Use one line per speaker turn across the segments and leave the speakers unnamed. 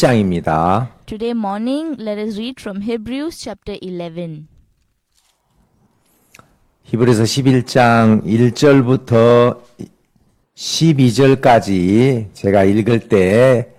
11장입니다.
Today morning, let us read from Hebrews chapter 11.
히브리서 11장 1절부터 12절까지 제가 읽을 때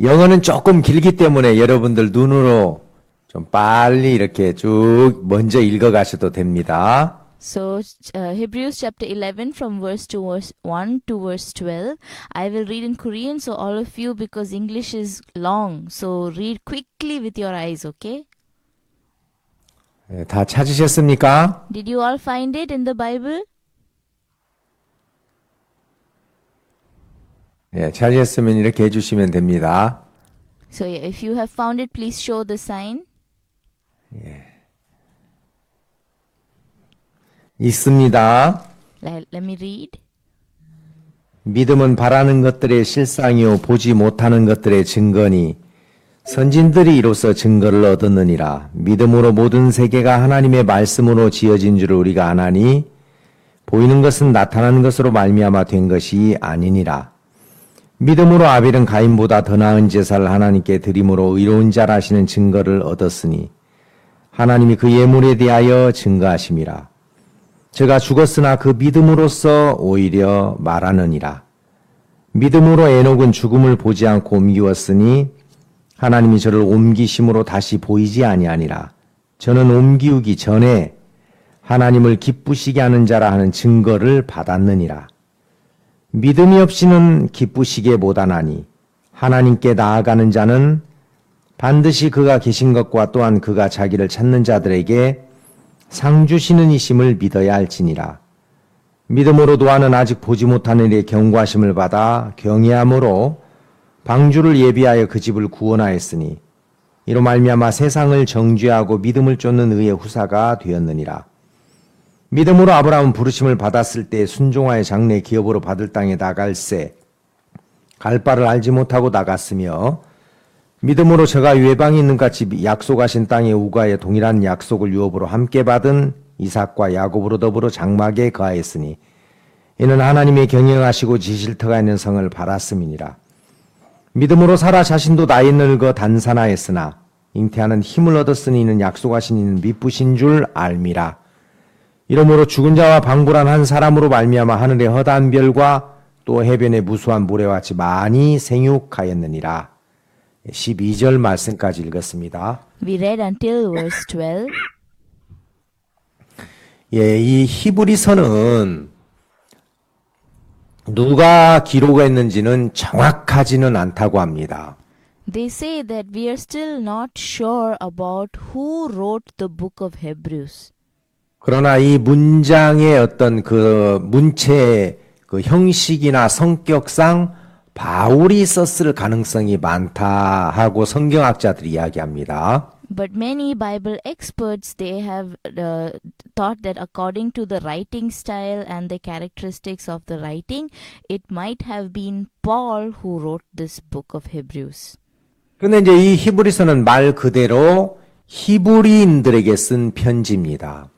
영어는 조금 길기 때문에 여러분들 눈으로 좀 빨리 이렇게 쭉 먼저 읽어 가셔도 됩니다.
So, uh, Hebrews chapter 11 from verse 2 verse 1 to verse 12. I will read in Korean, so all of you, because English is long, so read quickly with your eyes, okay?
예, 다 찾으셨습니까?
Did you all find it in the Bible?
예, 찾으셨으면 이렇게 해 주시면 됩니다.
So, yeah, if you have found it, please show the sign.
있습니다.
Let, let me read.
믿음은 바라는 것들의 실상이요 보지 못하는 것들의 증거니 선진들이 이로써 증거를 얻었느니라 믿음으로 모든 세계가 하나님의 말씀으로 지어진 줄을 우리가 아나니 보이는 것은 나타나는 것으로 말미암아 된 것이 아니니라 믿음으로 아벨은 가인보다 더 나은 제사를 하나님께 드림으로 의로운 자라 하시는 증거를 얻었으니 하나님이 그 예물에 대하여 증거하심이라 제가 죽었으나 그 믿음으로써 오히려 말하느니라. 믿음으로 에녹은 죽음을 보지 않고 옮기었으니 하나님이 저를 옮기심으로 다시 보이지 아니하니라. 저는 옮기우기 전에 하나님을 기쁘시게 하는 자라 하는 증거를 받았느니라. 믿음이 없이는 기쁘시게 못하나니 하나님께 나아가는 자는 반드시 그가 계신 것과 또한 그가 자기를 찾는 자들에게 상 주시는 이심을 믿어야 할지니라. 믿음으로 도하는 아직 보지 못하는 일의 경고하심을 받아 경외함으로 방주를 예비하여 그 집을 구원하였으니 이로 말미암아 세상을 정죄하고 믿음을 쫓는 의의 후사가 되었느니라. 믿음으로 아브라함은 부르심을 받았을 때 순종하여 장래 기업으로 받을 땅에 나갈세 갈 바를 알지 못하고 나갔으며 믿음으로 저가 외방이 있는 같이 약속하신 땅의 우가에 동일한 약속을 유업으로 함께 받은 이삭과 야곱으로 더불어 장막에 거하였으니 이는 하나님의 경영하시고 지실터가 있는 성을 바랐음이니라. 믿음으로 살아 자신도 나이 늙어 단산하였으나 잉태하는 힘을 얻었으니 이는 약속하신 이는 미쁘신 줄 알미라. 이러므로 죽은 자와 방불한 한 사람으로 말미암아 하늘의 허다한 별과 또 해변의 무수한 모래와 같이 많이 생육하였느니라. 12절 말씀까지 읽었습니다.
We read until verse 12.
예, 이 히브리서는 누가 기록했는지는 정확하지는 않다고 합니다.
They say that we are still not sure about who wrote the book of Hebrews.
그러나 이 문장의 어떤 그 문체의 그 형식이나 성격상 바울이 썼을 가능성이 많다 하고 성경학자들이 이야기합니다.
But many Bible experts they have uh, thought that according to the writing style and the characteristics of the writing, it might have been Paul who wrote this book of Hebrews.
근데 이제 이 히브리서는 말 그대로 히브리인들에게 쓴 편지입니다.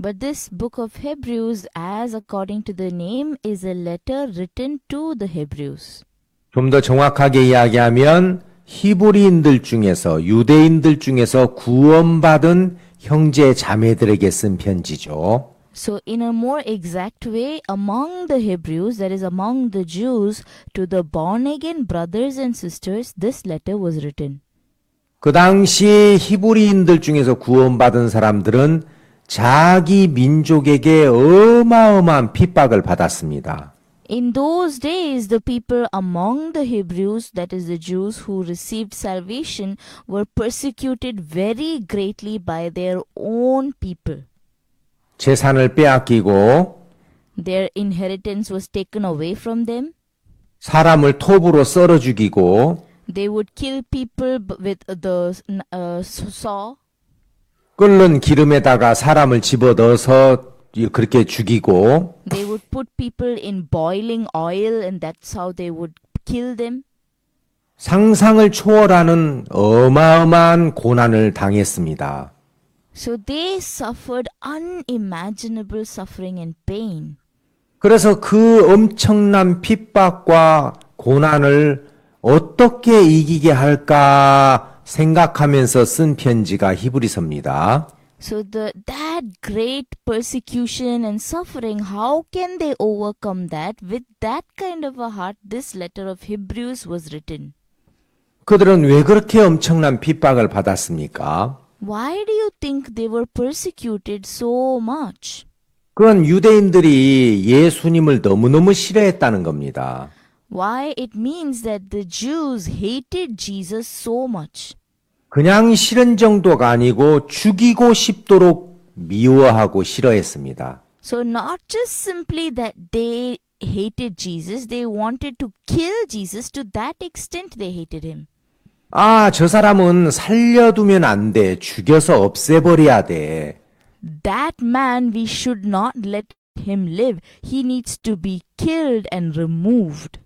But this book of Hebrews, as according to the name, is a letter written to the Hebrews.
좀 더 정확하게 이야기하면 히브리인들 중에서 유대인들 중에서 구원받은 형제 자매들에게 쓴 편지죠.
So, in a more exact way, among the Hebrews, that is, among the Jews, to the born again brothers and sisters, this letter was written.
그 당시 히브리인들 중에서 구원받은 사람들은 자기 민족에게 어마어마한 핍박을 받았습니다.
In those days, the people among the Hebrews, that is, the Jews who received salvation, were persecuted very greatly by their own people.
재산을 빼앗기고
Their inheritance was taken away from them.
사람을 톱으로 썰어 죽이고
They would kill people b- with the uh, saw.
끓는 기름에다가 사람을 집어넣어서 그렇게 죽이고
They would put people in boiling oil, and that's how they would kill them.
상상을 초월하는 어마어마한 고난을 당했습니다.
So they suffered unimaginable suffering and pain.
그래서 그 엄청난 핍박과 고난을 어떻게 이기게 할까 생각하면서 쓴 편지가 히브리서입니다.
So the that great persecution and suffering, how can they overcome that? With that kind of a heart, this letter of Hebrews was written.
그들은 왜 그렇게 엄청난 핍박을 받았습니까?
Why do you think they were persecuted so much?
그건 유대인들이 예수님을 너무너무 싫어했다는 겁니다.
Why it means that the Jews hated Jesus so much.
그냥 싫은 정도가 아니고 죽이고 싶도록 미워하고 싫어했습니다.
So not just simply that they hated Jesus, they wanted to kill Jesus to that extent they hated him.
아, 저 사람은 살려두면 안 돼. 죽여서 없애버려야 돼.
That man we should not let him live. He needs to be killed and removed.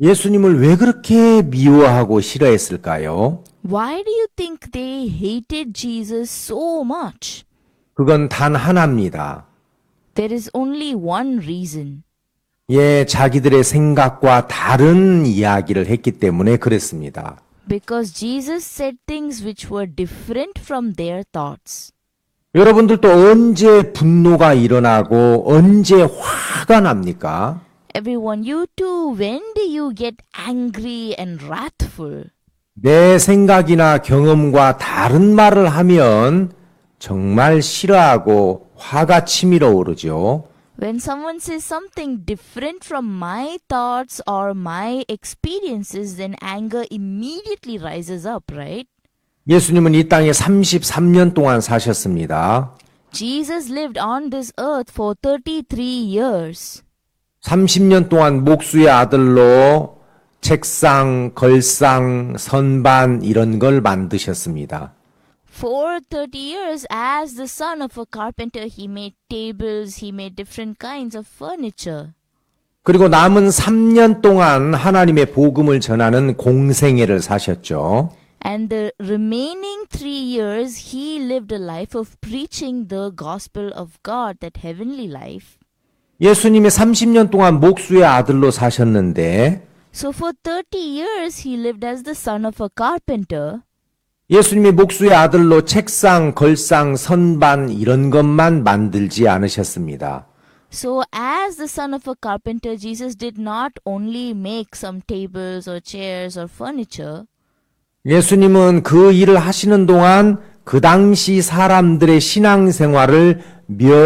예수님을 왜 그렇게 미워하고 싫어했을까요?
Why do you think they hated Jesus so much?
그건 단 하나입니다.
There is only one reason.
예, 자기들의 생각과 다른 이야기를 했기 때문에 그랬습니다.
Because Jesus said things which were different from their thoughts.
여러분들도 언제 분노가 일어나고 언제 화가 납니까?
Everyone, you too, when do you get angry and wrathful?
내 생각이나 경험과 다른 말을 하면 정말 싫어하고 화가 치밀어 오르죠.
When someone says something different from my thoughts or my experiences, then anger immediately rises up, right?
예수님은 이 땅에 33년 동안 사셨습니다.
Jesus lived on this earth for 33 years.
30년 동안 목수의 아들로 책상, 걸상, 선반 이런 걸 만드셨습니다.
For 30 years, as the son of a carpenter, he made tables, he made different kinds of furniture.
그리고 남은 3년 동안 하나님의 복음을 전하는 공생애를 사셨죠.
And the remaining three years, he lived a life of preaching the gospel of God, that heavenly life.
예수님이 30년 동안 목수의 아들로 사셨는데
So for 30 years, he lived as the son of a carpenter.
예수님이 목수의 아들로 책상, 걸상, 선반 이런 것만 만들지 않으셨습니다.
So, as the son of a carpenter, Jesus did not only make some tables or chairs or furniture,
예수님은 그 일을 하시는 동안 그 당시 사람들의 신앙생활을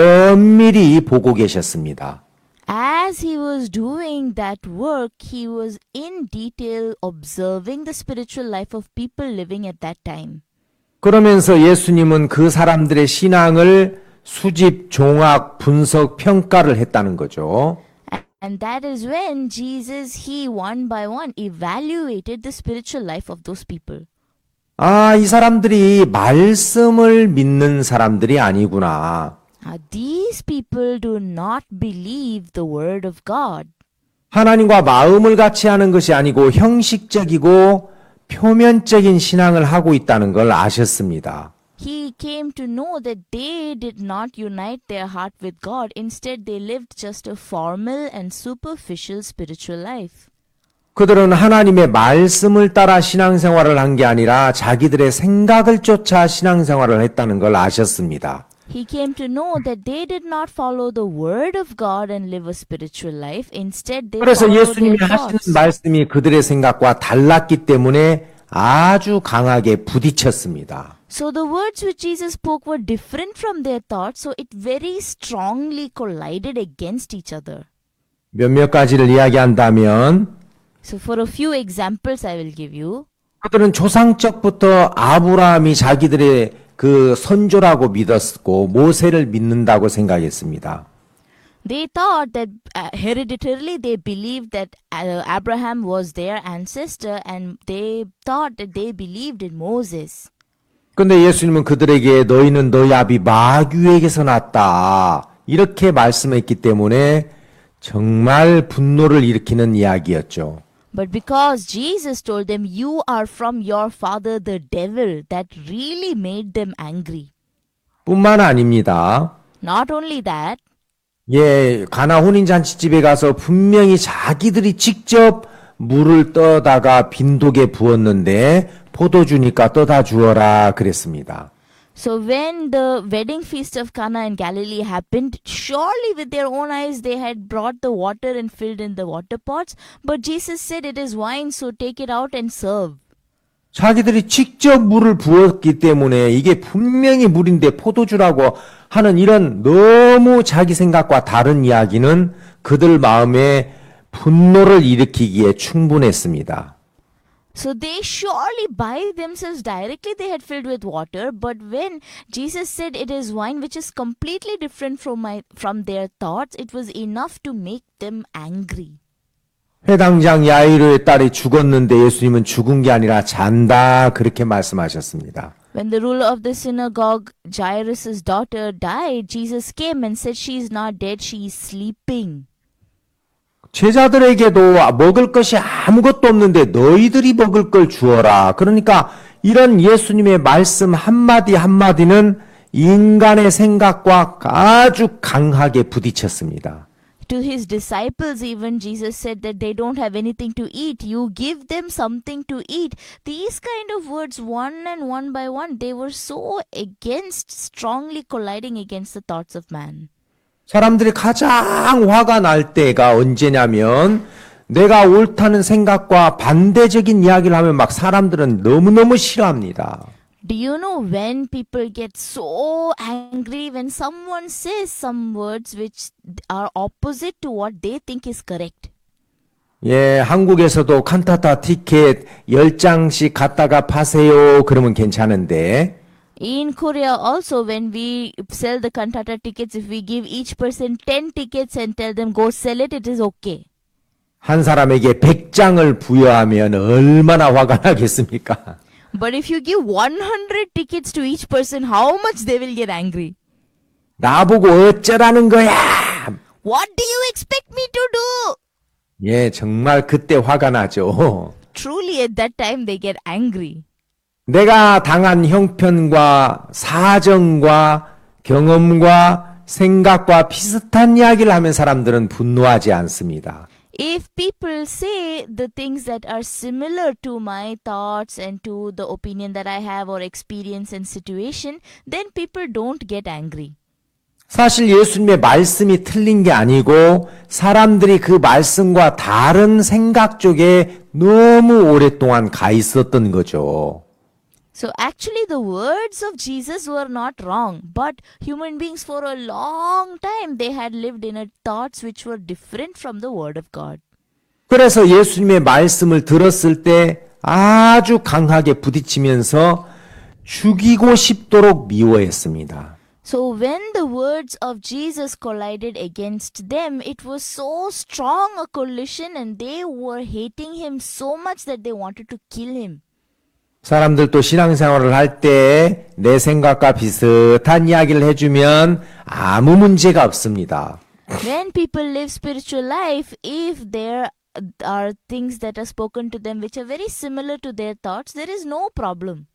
면밀히 보고 계셨습니다.
as he was doing that work, he was in detail observing the spiritual life of people living at that time.
그러면서 예수님은 그 사람들의 신앙을 수집, 종합, 분석, 평가를 했다는 거죠.
A- And that is when Jesus, he one by one evaluated the spiritual life of those people.
아, 이 사람들이 말씀을 믿는 사람들이 아니구나.
Now, these people do not believe the word of God.
하나님과 마음을 같이 하는 것이 아니고 형식적이고 표면적인 신앙을 하고 있다는 걸 아셨습니다.
he came to know that they did not unite their heart with God. Instead, they lived just a formal and superficial spiritual life.
그들은 하나님의 말씀을 따라 신앙생활을 한 게 아니라 자기들의 생각을 쫓아 신앙생활을 했다는 걸 아셨습니다.
He came to know that they did not follow the word of God and live a spiritual life. Instead, they
그래서
followed their
예수님이 하시는
thoughts.
말씀이 그들의 생각과 달랐기 때문에 아주 강하게 부딪혔습니다.
So the words which Jesus spoke were different from their thoughts, so it very strongly collided against each other.
몇몇 가지를 이야기한다면
So for a few examples, I will give you.
그들은 조상적부터 아브라함이 자기들의 그 선조라고 믿었고 모세를 믿는다고 생각했습니다.
They thought that uh, hereditarily they believed that uh, Abraham was their ancestor and they thought that they believed in Moses.
근데 예수님은 그들에게 너희는 너희 아비 마귀에게서 났다. 이렇게 말씀했기 때문에 정말 분노를 일으키는 이야기였죠.
But because Jesus told them, You are from your father the devil, that really made them angry.
뿐만 아닙니다.
Not only that,
예, 가나 혼인잔치집에 가서 분명히 자기들이 직접 물을 떠다가 빈독에 부었는데 포도주니까 떠다 주어라 그랬습니다.
So when the wedding feast of Cana in Galilee happened, surely with their own eyes they had brought the water and filled in the water pots, but Jesus said it is wine, so take it out and serve.
자기들이 직접 물을 부었기 때문에 이게 분명히 물인데 포도주라고 하는 이런 너무 자기 생각과 다른 이야기는 그들 마음에 분노를 일으키기에 충분했습니다.
So they surely by themselves directly they had filled with water, but when Jesus said it is wine which is completely different from my from their thoughts, it was enough to make them angry.
회당장 야이로의 딸이 죽었는데 예수님은 죽은 게 아니라 잔다 그렇게 말씀하셨습니다.
When the ruler of the synagogue, Jairus' daughter, died, Jesus came and said, She is not dead, she is sleeping.
제자들에게도 먹을 것이 아무것도 없는데 너희들이 먹을 걸 주어라. 그러니까 이런 예수님의 말씀 한마디 한마디는 인간의 생각과 아주 강하게 부딪혔습니다.
To his disciples, even Jesus said that they don't have anything to eat. You give them something to eat. These kind of words, one and one by one, they were so against, strongly colliding against the thoughts of man.
사람들이 가장 화가 날 때가 언제냐면 내가 옳다는 생각과 반대적인 이야기를 하면 막 사람들은 너무너무 싫어합니다.
Do you know when people get so angry when someone says some words which are opposite to what they think is correct?
예, 한국에서도 칸타타 티켓 10장씩 갖다가 파세요. 그러면 괜찮은데.
In Korea, also, when we sell the cantata tickets, if we give each person 10 tickets and tell them go sell it, it is okay.
한 사람에게 100장을 부여하면 얼마나 화가 나겠습니까?
But if you give 100 tickets to each person, how much they will get angry?
나보고 어쩌라는 거야!
What do you expect me to do?
예, 정말 그때 화가 나죠.
Truly, at that time, they get angry.
내가 당한 형편과 사정과 경험과 생각과 비슷한 이야기를 하면 사람들은 분노하지 않습니다.
If people say the things that are similar to my thoughts and to the opinion that I have or experience and situation, then people don't get angry.
사실 예수님의 말씀이 틀린 게 아니고 사람들이 그 말씀과 다른 생각 쪽에 너무 오랫동안 가 있었던 거죠.
So actually, the words of Jesus were not wrong, but human beings for a long time they had lived in a thoughts which were different from the word of God.
그래서 예수님의 말씀을 들었을 때 아주 강하게 부딪히면서 죽이고 싶도록 미워했습니다.
So when the words of Jesus collided against them, it was so strong a collision, and they were hating him so much that they wanted to kill him.
사람들도 신앙생활을 할 때 내 생각과 비슷한 이야기를 해주면 아무 문제가 없습니다.
when people live spiritual life if there are things that are spoken to them which are very similar to their thoughts there is no problem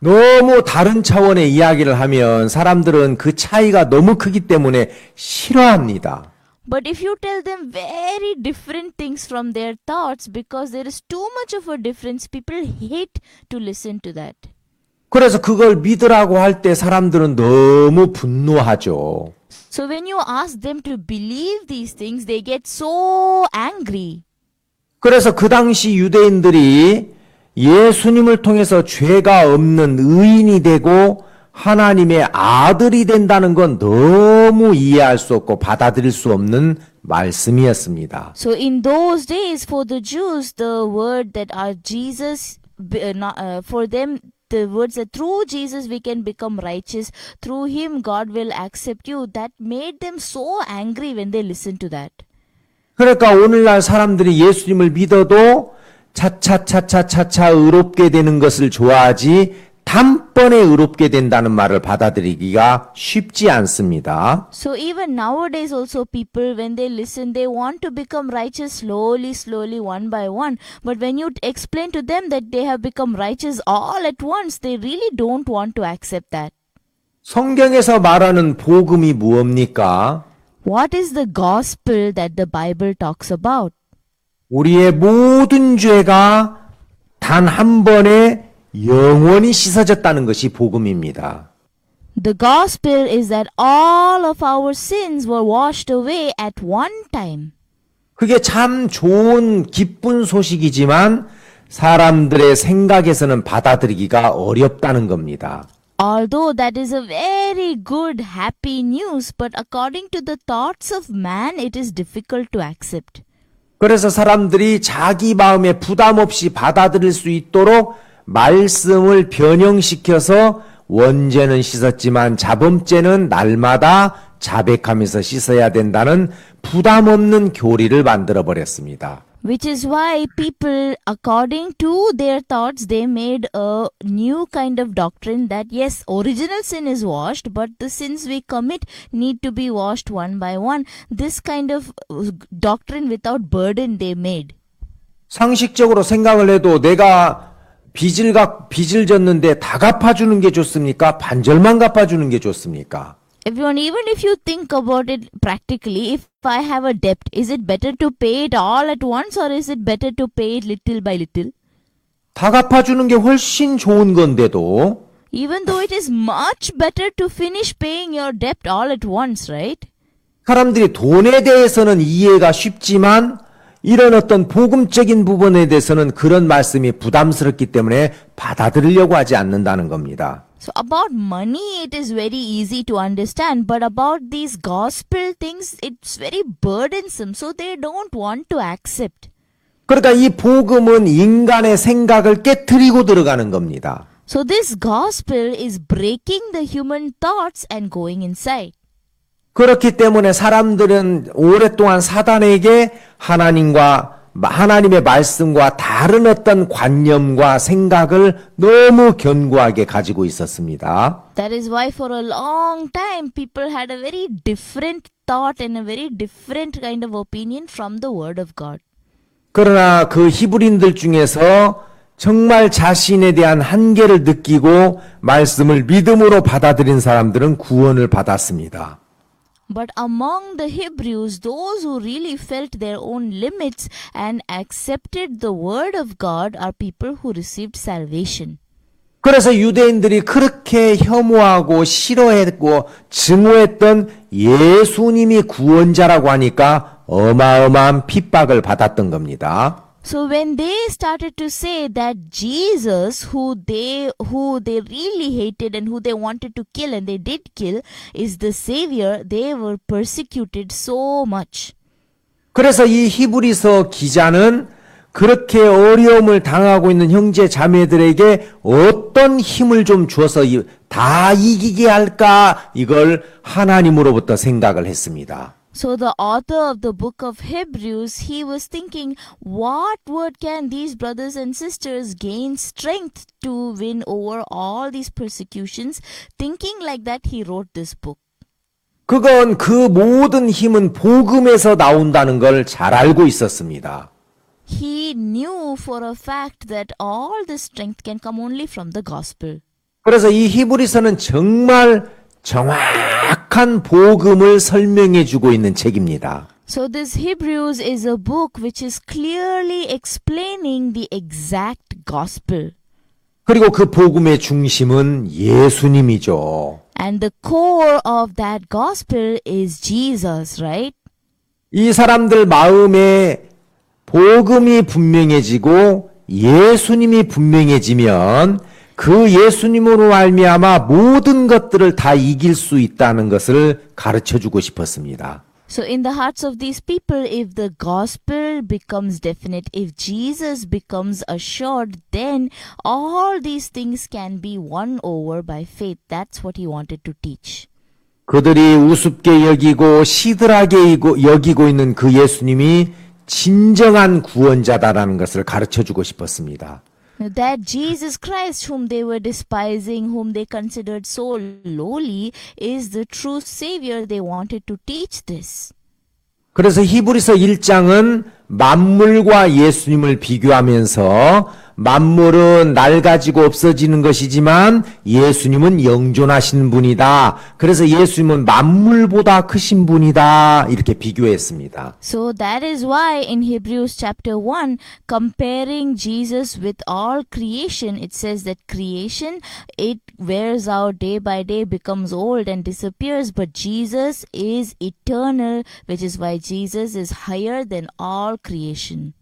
너무 다른 차원의 이야기를 하면 사람들은 그 차이가 너무 크기 때문에 싫어합니다.
but if you tell them very different things from their thoughts because there is too much of a difference people hate to listen to that
그래서 그걸 믿으라고 할 때 사람들은 너무 분노하죠.
so when you ask them to believe these things they get so angry
그래서 그 당시 유대인들이 예수님을 통해서 죄가 없는 의인이 되고 하나님의 아들이 된다는 건 너무 이해할 수 없고 받아들일 수 없는 말씀이었습니다.
So in those days, for the Jews, the word that are Jesus, be- uh, not, uh, for them, the words that through Jesus we can become righteous, through Him God will accept you, that made them so angry when they listened to that.
그러니까 오늘날 사람들이 예수님을 믿어도 차차차차차차 의롭게 되는 것을 좋아하지 단번에 의롭게 된다는 말을 받아들이기가 쉽지 않습니다.
So even nowadays also people when they listen they want to become righteous slowly slowly one by one but when you explain to them that they have become righteous all at once they really don't want to accept that.
성경에서 말하는 복음이 무엇입니까?
What is the gospel that the Bible talks about?
우리의 모든 죄가 단 한 번에 영원히 씻어졌다는 것이 복음입니다.
The gospel is that all of our sins were washed away at one time.
그게 참 좋은 기쁜 소식이지만 사람들의 생각에서는 받아들이기가 어렵다는 겁니다.
Although that is a very good, happy news, but according to the thoughts of man, it is difficult to accept.
그래서 사람들이 자기 마음에 부담 없이 받아들일 수 있도록 말씀을 변형시켜서 원죄는 씻었지만 자범죄는 날마다 자백하면서 씻어야 된다는 부담 없는 교리를 만들어 버렸습니다.
Which is why people, according to their thoughts, they made a new kind of doctrine that yes, original sin is washed, but the sins we commit need to be washed one by one. This kind of uh, doctrine without burden they made.
상식적으로 생각을 해도 내가 빚을 갚 빚을 졌는데 다 갚아주는 게 좋습니까? 반절만 갚아주는 게 좋습니까?
Everyone, even if you think about it practically, if I have a debt, is it better to pay it all at once or is it better to pay it little by little?
다 갚아주는 게 훨씬 좋은 건데도
Even though it is much better to finish paying your debt all at once, right?
사람들이 돈에 대해서는 이해가 쉽지만 이런 어떤 복음적인 부분에 대해서는 그런 말씀이 부담스럽기 때문에 받아들이려고 하지 않는다는 겁니다.
So about money, it is very easy to understand, but about these gospel things, it's very burdensome, so they don't want to accept.
그러니까 이 복음은 인간의 생각을 깨뜨리고 들어가는 겁니다.
So this gospel is breaking the human thoughts and going inside.
그렇기 때문에 사람들은 오랫동안 사단에게 하나님과 하나님의 말씀과 다른 어떤 관념과 생각을 너무 견고하게 가지고 있었습니다.
That is why for a long time people had a very different thought and a very different kind of opinion from the word of God.
그러나 그 히브린들 중에서 정말 자신에 대한 한계를 느끼고 말씀을 믿음으로 받아들인 사람들은 구원을 받았습니다.
But among the Hebrews, those who really felt their own limits and accepted the word of God are people who received salvation.
그래서 유대인들이 그렇게 혐오하고 싫어했고 증오했던 예수님이 구원자라고 하니까 어마어마한 핍박을 받았던 겁니다.
So when they started to say that Jesus, who they who they really hated and who they wanted to kill and they did kill, is the Savior, they were persecuted so much.
그래서 이 히브리서 기자는 그렇게 어려움을 당하고 있는 형제 자매들에게 어떤 힘을 좀 줘서 이- 다 이기게 할까 이걸 하나님으로부터 생각을 했습니다.
So the author of the book of Hebrews, he was thinking, what word can these brothers and sisters gain strength to win over all these persecutions? Thinking like that, he wrote this book.
그건 그 모든 힘은 복음에서 나온다는 걸 잘 알고 있었습니다.
He knew for a fact that all this strength can come only from the gospel.
그래서 이 히브리서는 정말 정확한 복음을 설명해 주고 있는 책입니다.
So this Hebrews is a book which is clearly explaining the exact gospel.
그리고 그 복음의 중심은 예수님이죠.
And the core of that gospel is Jesus, right?
이 사람들 마음에 복음이 분명해지고 예수님이 분명해지면 그 예수님으로 말미암아 모든 것들을 다 이길 수 있다는 것을 가르쳐 주고 싶었습니다.
So, in the hearts of these people, if the gospel becomes definite, if Jesus becomes assured, then all these things can be won over by faith. That's what he wanted to teach.
그들이 우습게 여기고 시들하게 이고- 여기고 있는 그 예수님이 진정한 구원자다라는 것을 가르쳐 주고 싶었습니다.
Now, that Jesus Christ, whom they were despising, whom they considered so lowly, is the true Savior. They wanted to teach this.
그래서 히브리서 1장은 만물과 예수님을 비교하면서 만물은 낡아지고 없어지는 것이지만 예수님은 영존하신 분이다. 그래서 예수님은 만물보다 크신 분이다. 이렇게 비교했습니다.
So that is why in Hebrews chapter 1, comparing Jesus with all creation, it says that creation, it wears out day by day, becomes old and disappears, but Jesus is eternal, which is why Jesus is higher than all creation.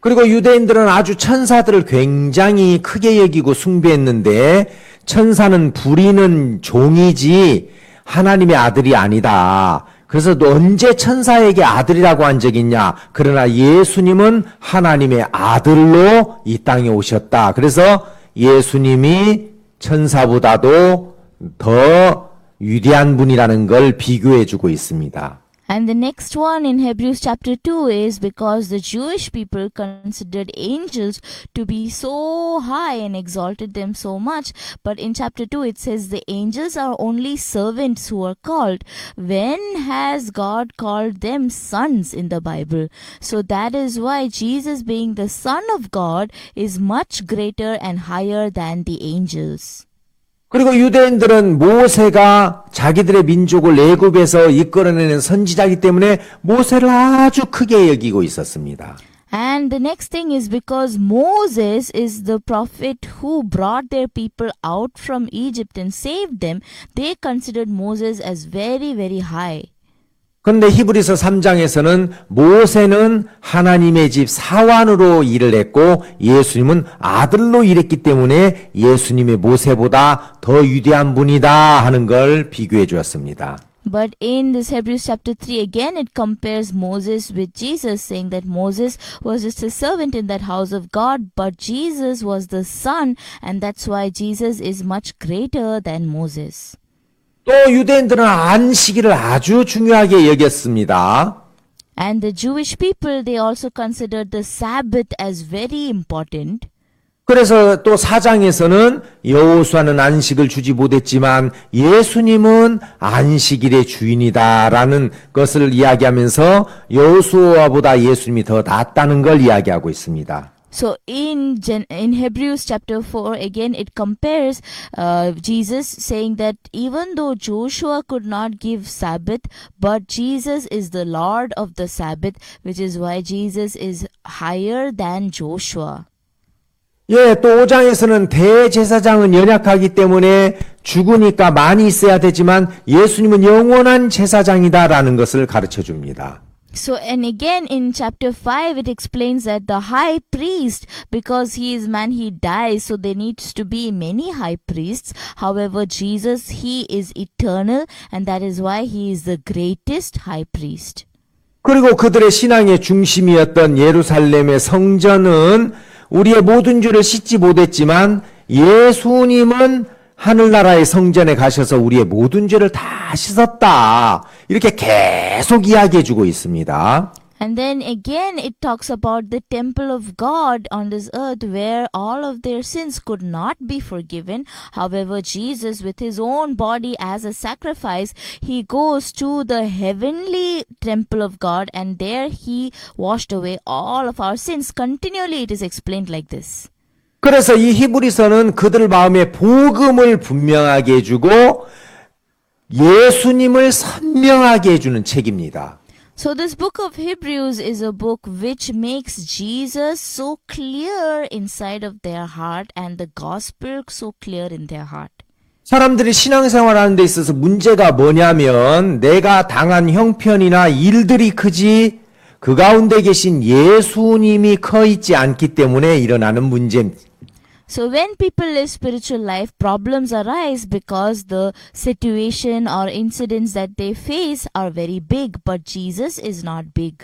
그리고 유대인들은 아주 천사들을 굉장히 크게 여기고 숭배했는데 천사는 부리는 종이지 하나님의 아들이 아니다. 그래서 너 언제 천사에게 아들이라고 한 적이 있냐? 그러나 예수님은 하나님의 아들로 이 땅에 오셨다. 그래서 예수님이 천사보다도 더 위대한 분이라는 걸 비교해 주고 있습니다.
And the next one in Hebrews chapter 2 is because the Jewish people considered angels to be so high and exalted them so much. But in chapter 2 it says the angels are only servants who are called. When has God called them sons in the Bible? So that is why Jesus being the son of God is much greater and higher than the angels.
그리고 유대인들은 모세가 자기들의 민족을 애굽에서 이끌어내는 선지자이기 때문에 모세를 아주 크게 여기고 있었습니다.
And the next thing is because Moses is the prophet who brought their people out from Egypt and saved them, they considered Moses as very, very high.
그런데 히브리서 3장에서는 모세는 하나님의 집 사환으로 일을 했고 예수님은 아들로 일했기 때문에 예수님의 모세보다 더 위대한 분이다 하는 걸 비교해 주었습니다.
But in this Hebrews chapter 3, again it compares Moses with Jesus, saying that Moses was just a servant in that house of God, but Jesus was the son, and that's why Jesus is much greater than Moses.
또 유대인들은 안식일을 아주 중요하게 여겼습니다.
And the Jewish people, they also considered the Sabbath as very important.
그래서 또 사장에서는 여호수아는 안식을 주지 못했지만 예수님은 안식일의 주인이다라는 것을 이야기하면서 여호수아보다 예수님이 더 낫다는 걸 이야기하고 있습니다.
So in Gen- in Hebrews chapter 4 again it compares uh, Jesus saying that even though Joshua could not give Sabbath but Jesus is the Lord of the Sabbath which is why Jesus is higher than Joshua.
예, 또 5장에서는 대제사장은 연약하기 때문에 죽으니까 많이 있어야 되지만 예수님은 영원한 제사장이다라는 것을 가르쳐 줍니다.
So and again in chapter 5 it explains that the high priest because he is man he dies so there needs to be many high priests however Jesus he is eternal and that is why he is the greatest high priest.
그리고 그들의 신앙의 중심이었던 예루살렘의 성전은 우리의 모든 죄를 씻지 못했지만 예수님은 하늘나라의 성전에 가셔서 우리의 모든 죄를 다 씻었다. 이렇게 계속 이야기해 주고 있습니다.
And then again, it talks about the temple of God on this earth where all of their sins could not be forgiven. However, Jesus, with his own body as a sacrifice, he goes to the heavenly temple of God and there he washed away all of our sins. Continually, it is explained like this.
그래서 이 히브리서는 그들 마음에 복음을 분명하게 해주고 예수님을 선명하게 해주는 책입니다.
So, this book of Hebrews is a book which makes Jesus so clear inside of their heart and the gospel so clear in their heart.
사람들이 신앙생활 하는 데 있어서 문제가 뭐냐면 내가 당한 형편이나 일들이 크지 그 가운데 계신 예수님이 커 있지 않기 때문에 일어나는 문제입니다.
So when people live spiritual life, problems arise because the situation or incidents that they face are very big, but Jesus is not big.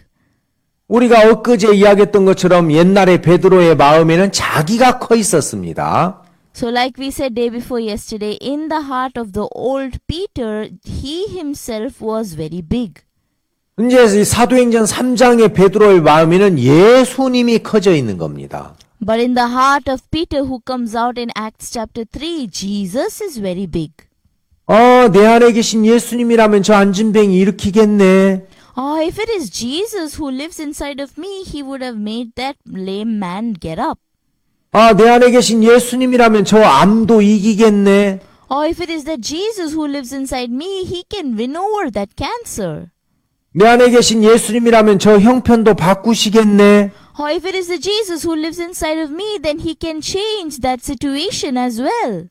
우리가 엊그제 이야기했던 것처럼 옛날에 베드로의 마음에는 자기가 커 있었습니다.
So like we said day before yesterday, in the heart of the old Peter, he himself was very big.
이제 이 사도행전 3장의 베드로의 마음에는 예수님이 커져 있는 겁니다.
But in the heart of Peter who comes out in Acts chapter 3, Jesus is very big.
어, 내 안에 계신 예수님이라면 저 안진뱅이 일으키겠네.
Oh, if it is Jesus who lives inside of me, he would have made that lame man get up.
아, 내 안에 계신 예수님이라면 저 암도 이기겠네.
Or if it is that Jesus who lives inside me, he can win over that cancer.
내 안에 계신 예수님이라면 저 형편도 바꾸시겠네.
Or if it is the Jesus who lives inside of me, then he can change that situation as well.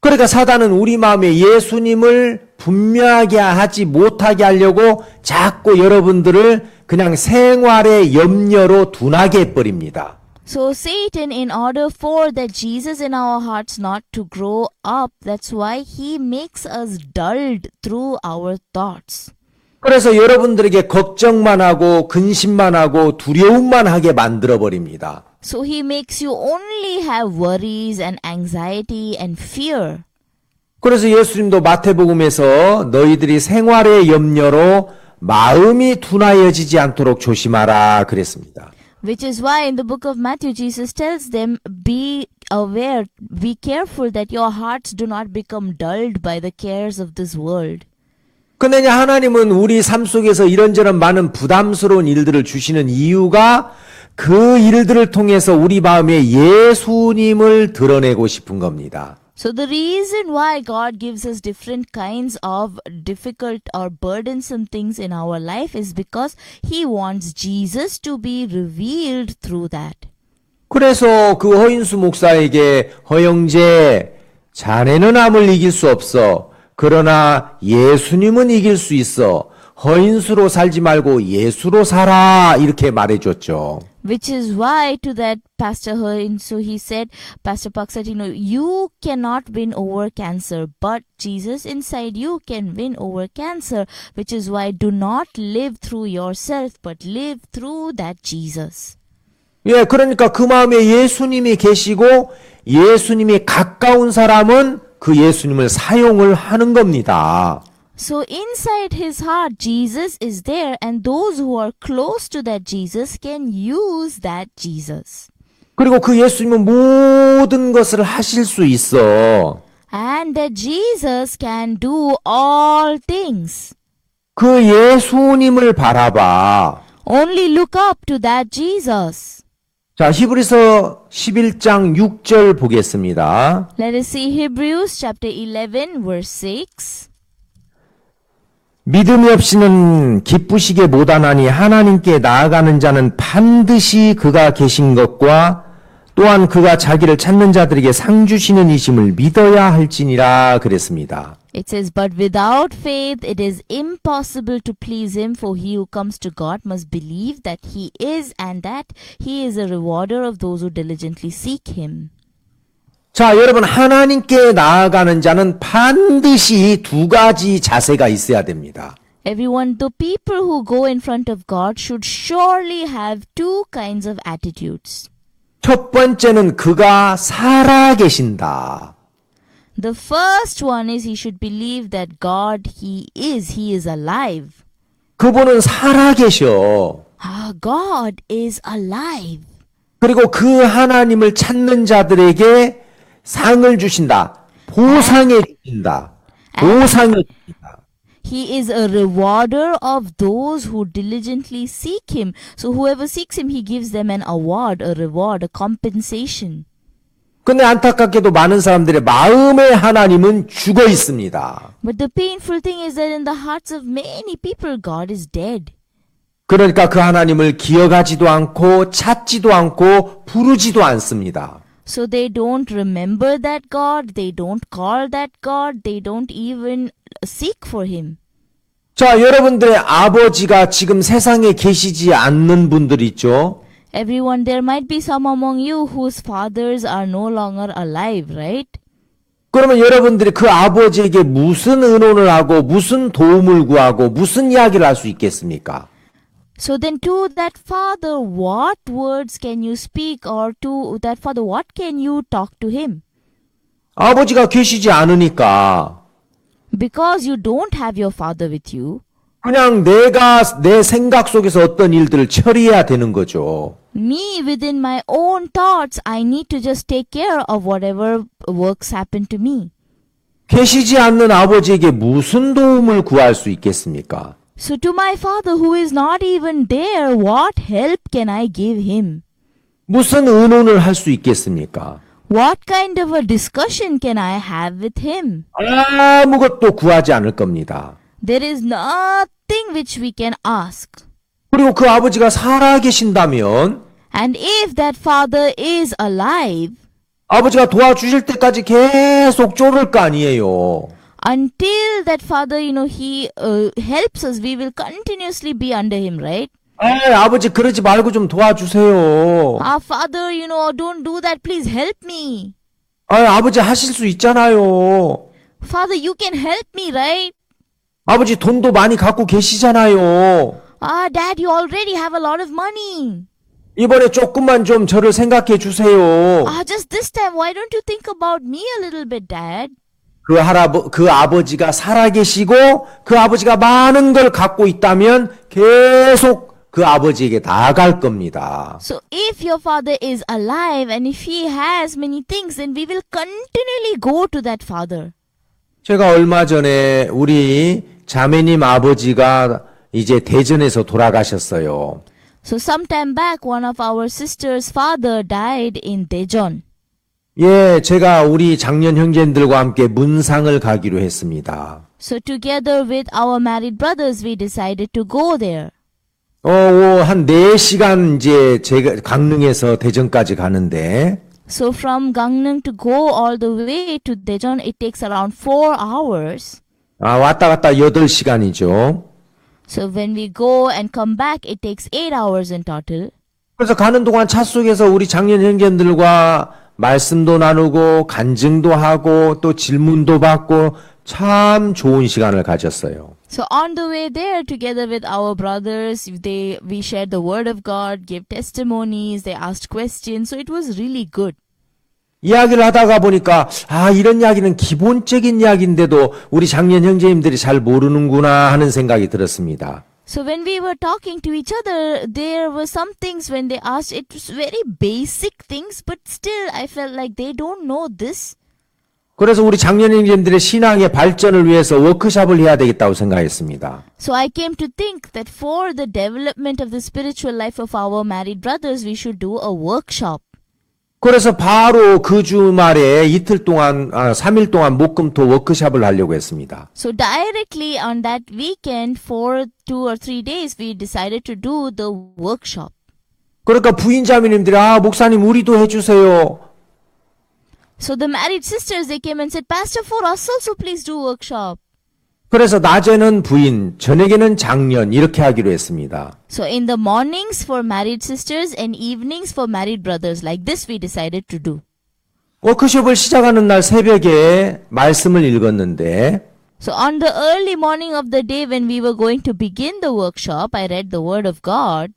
그러니까 사단은 우리 마음에 예수님을 분명하게 하지 못하게 하려고 자꾸 여러분들을 그냥 생활의 염려로 둔하게 해버립니다.
So Satan, in order for that Jesus in our hearts not to grow up, that's why he makes us dulled through our thoughts.
그래서 여러분들에게 걱정만 하고 근심만 하고 두려움만 하게 만들어 버립니다.
So he makes you only have worries and anxiety and fear.
그래서 예수님도 마태복음에서 너희들이 생활의 염려로 마음이 둔하여지지 않도록 조심하라 그랬습니다.
Which is why in the book of Matthew, Jesus tells them, Be aware, be careful that your hearts do not become dulled by the cares of this world.
근데 이제 하나님은 우리 삶 속에서 이런저런 많은 부담스러운 일들을 주시는 이유가 그 일들을 통해서 우리 마음에 예수님을 드러내고 싶은 겁니다.
So the reason why God gives us different kinds of difficult or burdensome things in our life is because He wants Jesus to be revealed through that.
그래서 그 허인수 목사에게 허영재 자네는 암을 이길 수 없어. 그러나 예수님은 이길 수 있어. 허인수로 살지 말고 예수로 살아. 이렇게 말해줬죠.
Which is why to that Pastor Hearn, so he said, Pastor Pak said, you know, you cannot win over cancer, but Jesus inside you can win over cancer, which is why do not live through yourself, but live through that Jesus.
예, 그러니까 그 마음에 예수님이 계시고 예수님이 가까운 사람은 그 예수님을 사용을 하는 겁니다.
So inside his heart, Jesus is there, and those who are close to that Jesus can use that Jesus.
그리고 그 예수님은 모든 것을 하실 수 있어.
And that Jesus can do all things.
그 예수님을 바라봐.
Only look up to that Jesus.
자, 히브리서 11장 6절 보겠습니다.
Let us see Hebrews chapter 11, verse 6.
믿음이 없이는 기쁘시게 못하나니 하나님께 나아가는 자는 반드시 그가 계신 것과 또한 그가 자기를 찾는 자들에게 상 주시는 이심을 믿어야 할지니라 그랬습니다.
It says, But without faith it is impossible to please him, for he who comes to God must believe that he is, and that he is a rewarder of those who diligently seek him.
자, 여러분 하나님께 나아가는 자는 반드시 이두 가지 자세가 있어야 됩니다.
Everyone, the people who go in front of God should surely have two kinds of attitudes.
첫 번째는 그가 살아 계신다.
The first one is he should believe that God, he is, he is alive.
그분은 살아 계셔.
Ah, God is alive.
그리고 그 하나님을 찾는 자들에게 상을 주신다. 보상해 주신다. 보상해 주신다.
He is a rewarder of those who diligently seek him. So whoever seeks him, he gives them an award, a reward, a compensation.
근데 안타깝게도 많은 사람들의 마음의 하나님은 죽어 있습니다.
But the painful thing is that in the hearts of many people, God is dead.
그러니까 그 하나님을 기억하지도 않고 찾지도 않고 부르지도 않습니다.
So they don't remember that God, they don't call that God, they don't even seek for him.
자, 여러분들의 아버지가 지금 세상에 계시지 않는 분들 있죠?
Everyone, there might be some among you whose fathers are no longer alive, right?
그러면 여러분들이 그 아버지에게 무슨 의논을 하고 무슨 도움을 구하고 무슨 이야기를 할 수 있겠습니까?
So then to that father, what words can you speak or to that father, what can you talk to him?
아버지가 계시지 않으니까
Because you don't have your father with you,
그냥 내가 내 생각 속에서 어떤 일들을 처리해야 되는 거죠.
me within my own thoughts, I need to just take care of whatever works happen to me.
계시지 않는 아버지에게 무슨 도움을 구할 수 있겠습니까?
So to my father who is not even there, what help can I give him?
무슨 의논을 할 수 있겠습니까?
What kind of a discussion can I have with him?
아무것도 구하지 않을 겁니다.
There is nothing which we can ask.
그리고 그 아버지가 살아 계신다면
And if that father is alive,
아버지가 도와주실 때까지 계속 쫄을 거 아니에요.
until that father, you know, he uh, helps us, we will continuously be under him, right?
에이, 아버지 그러지 말고 좀 도와주세요.
Our father, you know, don't do that, please help me.
아이, 아버지 하실 수 있잖아요.
Father, you can help me, right?
아버지 돈도 많이 갖고 계시잖아요.
Ah, dad, you already have a lot of money.
이번에 조금만 좀 저를 생각해 주세요.
Ah, just this time, why don't you think about me a little bit, dad?
그 할아버 그 아버지가 살아계시고 그 아버지가 많은 걸 갖고 있다면 계속 그 아버지에게 나아갈 겁니다.
So if your father is alive and if he has many things, then we will continually go to that father.
제가 얼마 전에 우리 자매님 아버지가 이제 대전에서 돌아가셨어요.
So sometime back, one of our sister's father died in Daejeon.
예, 제가 우리 작년 형제들과 함께 문상을 가기로 했습니다.
So together with our married brothers, we decided to go there.
어, 어, 한 4시간 이제 제가 강릉에서 대전까지 가는데
So from Gangnam to go all the way to Daejeon, it takes around four hours.
아, 왔다 갔다 8시간이죠.
So when we go and come back, it takes eight hours in total.
그래서 가는 동안 차 속에서 우리 작년 형제들과 말씀도 나누고 간증도 하고 또 질문도 받고 참 좋은 시간을 가졌어요.
So on the way there, together with our brothers, they we shared the word of God, gave testimonies, they asked questions. So it was really good.
이야기를 하다가 보니까 아 이런 이야기는 기본적인 이야기인데도 우리 작년 형제님들이 잘 모르는구나 하는 생각이 들었습니다.
So when we were talking to each other, there were some things when they asked. It was very basic things, but still, I felt like they don't know this.
그래서 우리 작년 형제님들의 신앙의 발전을 위해서 워크샵을 해야 되겠다고 생각했습니다.
So I came to think that for the development of the spiritual life of our married brothers, we should do a workshop.
그래서 바로 그 주말에 이틀 동안 아 3일 동안 목금토 워크샵을 하려고 했습니다.
So directly on that weekend, for two or three days, we decided to do the workshop.
그러니까 부인 자매님들이 아 목사님 우리도 해주세요.
So the married sisters they came and said, Pastor, for us also please do workshop.
그래서 낮에는 부인, 저녁에는 장년 이렇게 하기로 했습니다.
So in the mornings for married sisters and evenings for married brothers, like this we decided to do.
워크숍을 시작하는 날 새벽에 말씀을 읽었는데
So on the early morning of the day when we were going to begin the workshop, I read the word of God.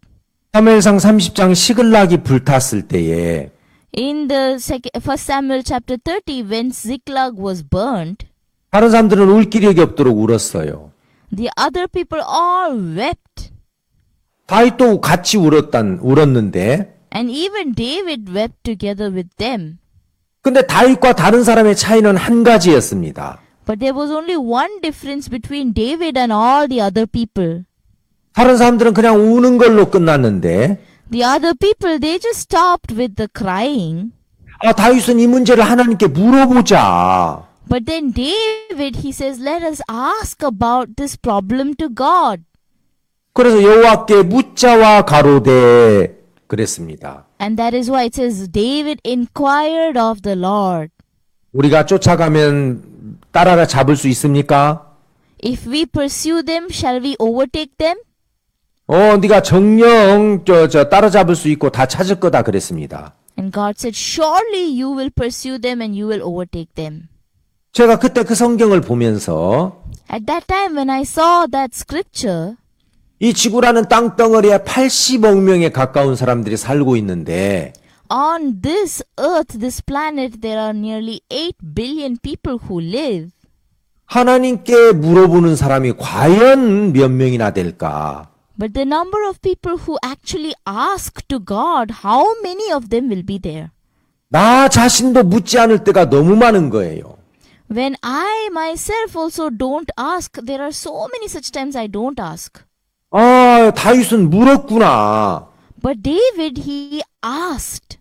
사무엘상 30장 시글락이 불탔을 때에
In the sec- first Samuel chapter 30, when Ziklag was burnt,
다른 사람들은 울 기력이 없도록 울었어요.
the other people all wept.
다윗도 같이 울었단 울었는데
And even David wept together with them.
근데 다윗과 다른 사람의 차이는 한 가지였습니다.
But there was only one difference between David and all the other people.
다른 사람들은 그냥 우는 걸로 끝났는데
The other people, they just stopped with the crying.
아 다윗은 이 문제를 하나님께 물어보자.
But then David, he says, let us ask about this problem to God.
그래서 여호와께 묻자와 가로되 그랬습니다.
And that is why it says, David inquired of the Lord.
우리가 쫓아가면 따라가 잡을 수 있습니까?
If we pursue them, shall we overtake them?
어, 네가 정령 저, 저 따라잡을 수 있고 다 찾을 거다 그랬습니다.
And God said, surely you will pursue them and you will overtake them.
제가 그때 그 성경을 보면서
At that time, when I saw that scripture,
이 지구라는 땅덩어리에 80억 명에 가까운 사람들이 살고 있는데
on this earth, this planet, there are nearly 8 billion people who live.
하나님께 물어보는 사람이 과연 몇 명이나 될까?
But the number of people who actually ask to God, how many of them will be there?
나 자신도 묻지 않을 때가 너무 많은 거예요.
When I myself also don't ask, there are so many such times I don't ask.
아, 다윗은 물었구나.
But David, he asked.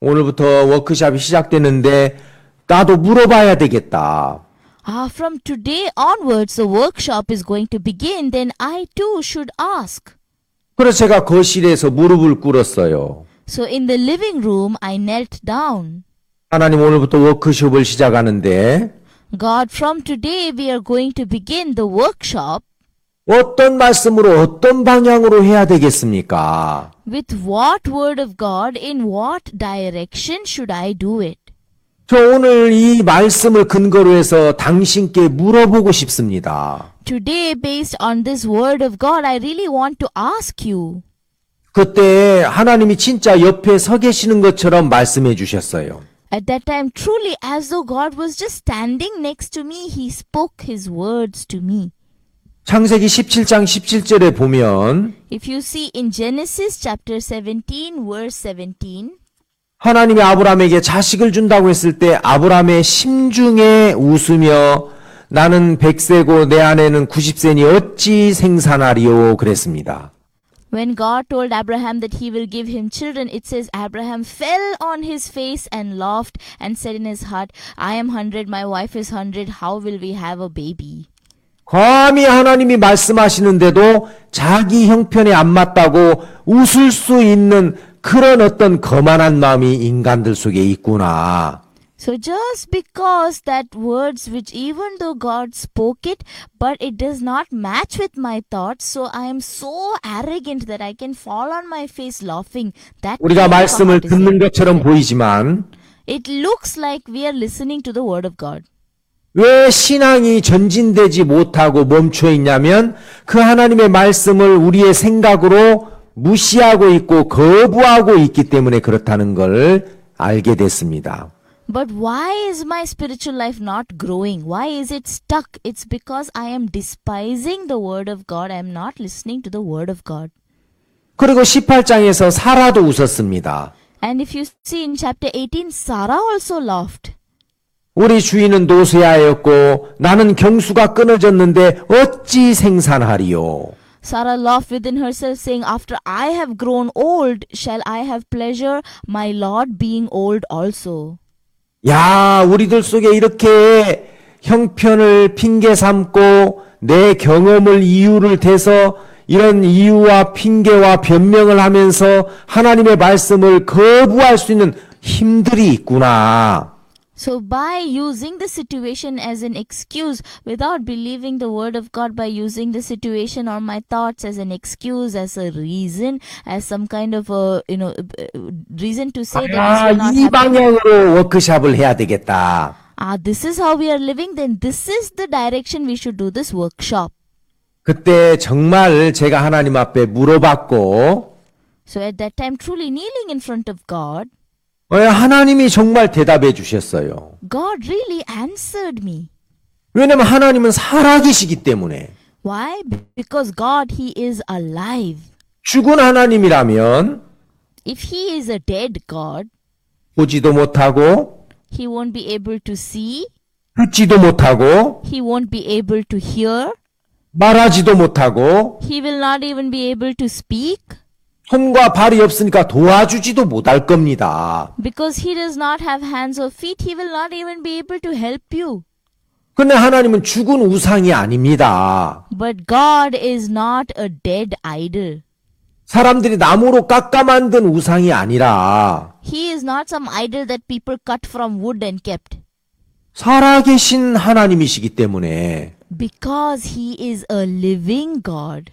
오늘부터 워크숍이 시작되는데 나도 물어봐야 되겠다.
Ah, from today onwards, the workshop is going to begin, then I too should ask.
그래서 제가 거실에서 무릎을 꿇었어요.
So in the living room, I knelt down.
하나님 오늘부터 워크숍을 시작하는데
God, from today we are going to begin the workshop.
어떤 말씀으로 어떤 방향으로 해야 되겠습니까?
With what word of God, in what direction should I do it?
저 오늘 이 말씀을 근거로 해서 당신께 물어보고 싶습니다.
Today, based on this word of God, I really want to ask you.
그때 하나님이 진짜 옆에 서 계시는 것처럼 말씀해 주셨어요.
At that time, truly, as though God was just standing next to me, He spoke His words to me.
창세기 17장 17절에 보면
If you see in Genesis chapter 17, verse 17,
하나님이 아브라함에게 자식을 준다고 했을 때 아브라함의 심중에 웃으며 나는 100세고 내 아내는 90세니 어찌 생산하리요 그랬습니다.
when God told Abraham that He will give him children, it says Abraham fell on his face and laughed and said in his heart, I am hundred, my wife is hundred, how will we have a baby?
감히 하나님이 말씀하시는데도 자기 형편에 안 맞다고 웃을 수 있는 그런 어떤 거만한 마음이 인간들 속에 있구나.
So just because that words which even though God spoke it, but it does not match with my thoughts, so I am so arrogant that I can fall on my face laughing. That
우리가
kind of a
말씀을
heart is
듣는
there.
것처럼 보이지만
It looks like we are listening to the word of God.
왜 신앙이 전진되지 못하고 멈춰 있냐면 그 하나님의 말씀을 우리의 생각으로 무시하고 있고 거부하고 있기 때문에 그렇다는 걸 알게 됐습니다.
But why is my spiritual life not growing? Why is it stuck? It's because I am despising the word of God. I am not listening to the word of God.
그리고 18장에서 사라도 웃었습니다.
And if you see in chapter 18, Sarah also laughed.
우리 주인은 노쇠하였고 나는 경수가 끊어졌는데 어찌 생산하리요?
Sarah laughed within herself, saying, After I have grown old, shall I have pleasure, my Lord being old also.
야, 우리들 속에 이렇게 형편을 핑계 삼고 내 경험을 이유를 대서 이런 이유와 핑계와 변명을 하면서 하나님의 말씀을 거부할 수 있는 힘들이 있구나.
So, by using the situation as an excuse, without believing the word of God, by using the situation or my thoughts as an excuse, as a reason, as some kind of a, you know, uh, uh, reason to say
아, 이
that this will not happen.
방향으로 워크샵을 해야 되겠다.
Ah, this is how we are living, then this is the direction we should do this workshop.
그때 정말 제가 하나님 앞에 물어봤고,
So, at that time, truly kneeling in front of God,
어, 하나님이 정말 대답해 주셨어요.
God really answered me.
왜냐면 하나님은 살아계시기 때문에.
Why? Because God, He is alive.
죽은 하나님이라면
If He is a dead God,
보지도 못하고
He won't be able to see,
듣지도 못하고
He won't be able to hear,
말하지도 못하고
He will not even be able to speak
손과 발이 없으니까 도와주지도 못할 겁니다.
because He does not have hands or feet, He will not even be able to help you.
근데 하나님은 죽은 우상이 아닙니다.
But God is not a dead idol.
사람들이 나무로 깎아 만든 우상이 아니라
He is not some idol that people cut from wood and kept.
살아계신 하나님이시기 때문에
Because He is a living God.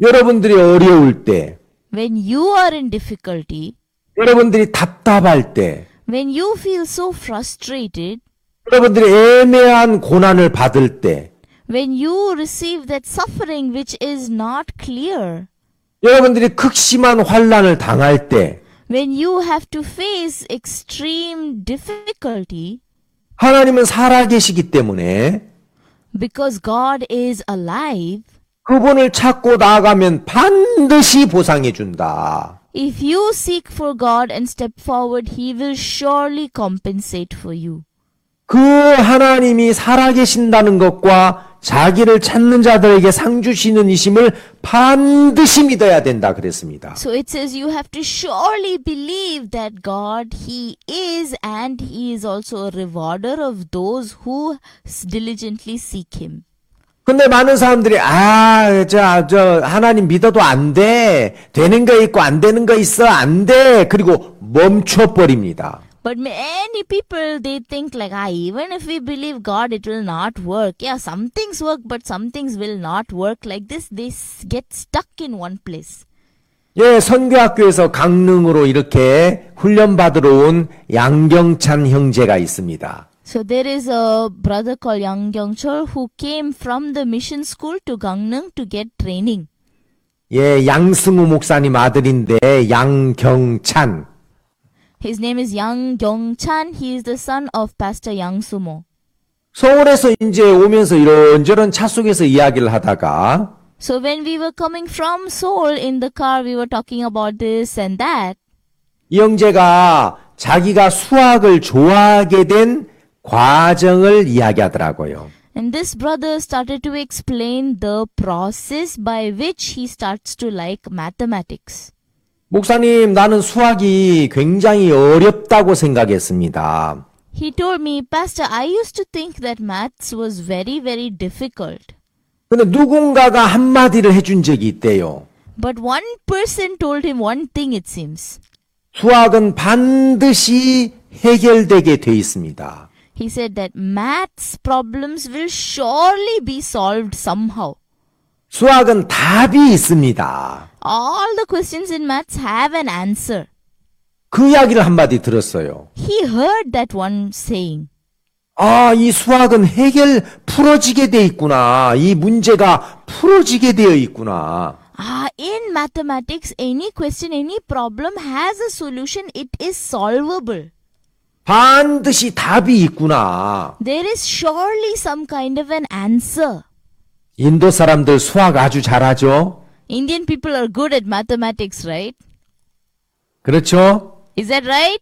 여러분들이 어려울 때,
When you are in difficulty,
여러분들이 답답할 때,
When you feel so frustrated,
여러분들이 애매한 고난을 받을 때,
when you receive that suffering which is not clear,
여러분들이 극심한 환란을 당할 때,
when you have to face extreme difficulty,
하나님은 살아계시기 때문에
because God is alive,
그분을 찾고 나아가면 반드시 보상해 준다.
if you seek for God and step forward, He will surely compensate for you.
그 하나님이 살아계신다는 것과 자기를 찾는 자들에게 상 주시는 이심을 반드시 믿어야 된다 그랬습니다.
So it says you have to surely believe that God, He is, and He is also a rewarder of those who s- diligently seek Him.
근데 많은 사람들이 아, 저, 저 하나님 믿어도 안 돼. 되는 거 있고 안 되는 거 있어. 안 돼. 그리고 멈춰 버립니다.
But many people they think like ah even if we believe God it will not work. Yeah, some things work but some things will not work like this. They s- get stuck in one place.
예, 선교학교에서 강릉으로 이렇게 훈련 받으러 온 양경찬 형제가 있습니다.
So there is a brother called Yang Kyung Chol who came from the mission school to Gangnam to get training.
예, 양승우 목사님 아들인데 양경찬.
His name is Yang Kyung Chan. He is the son of Pastor Yang Sumo.
서울에서 이제 오면서 이런저런 차 속에서 이야기를 하다가
So when we were coming from Seoul in the car, we were talking about this and that.
이 형제가 자기가 수학을 좋아하게 된 과정을 이야기하더라고요.
And this brother started to explain the process by which he starts to like mathematics.
목사님, 나는 수학이 굉장히 어렵다고 생각했습니다.
He told me, Pastor, I used to think that maths was very, very difficult.
근데 누군가가 한마디를 해준 적이 있대요.
But one person told him one thing, it seems.
수학은 반드시 해결되게 돼 있습니다.
He said that maths problems will surely be solved somehow.
수학은 답이 있습니다.
All the questions in maths have an answer.
그 이야기를 한마디 들었어요.
He heard that one saying.
아, 이 수학은 해결 풀어지게 돼 있구나. 이 문제가 풀어지게 되어 있구나.
Ah, in mathematics, any question, any problem has a solution. It is solvable.
반드시 답이 있구나.
There is surely some kind of an answer.
인도 사람들 수학 아주 잘하죠?
Indian people are good at mathematics, right?
그렇죠?
Is that right?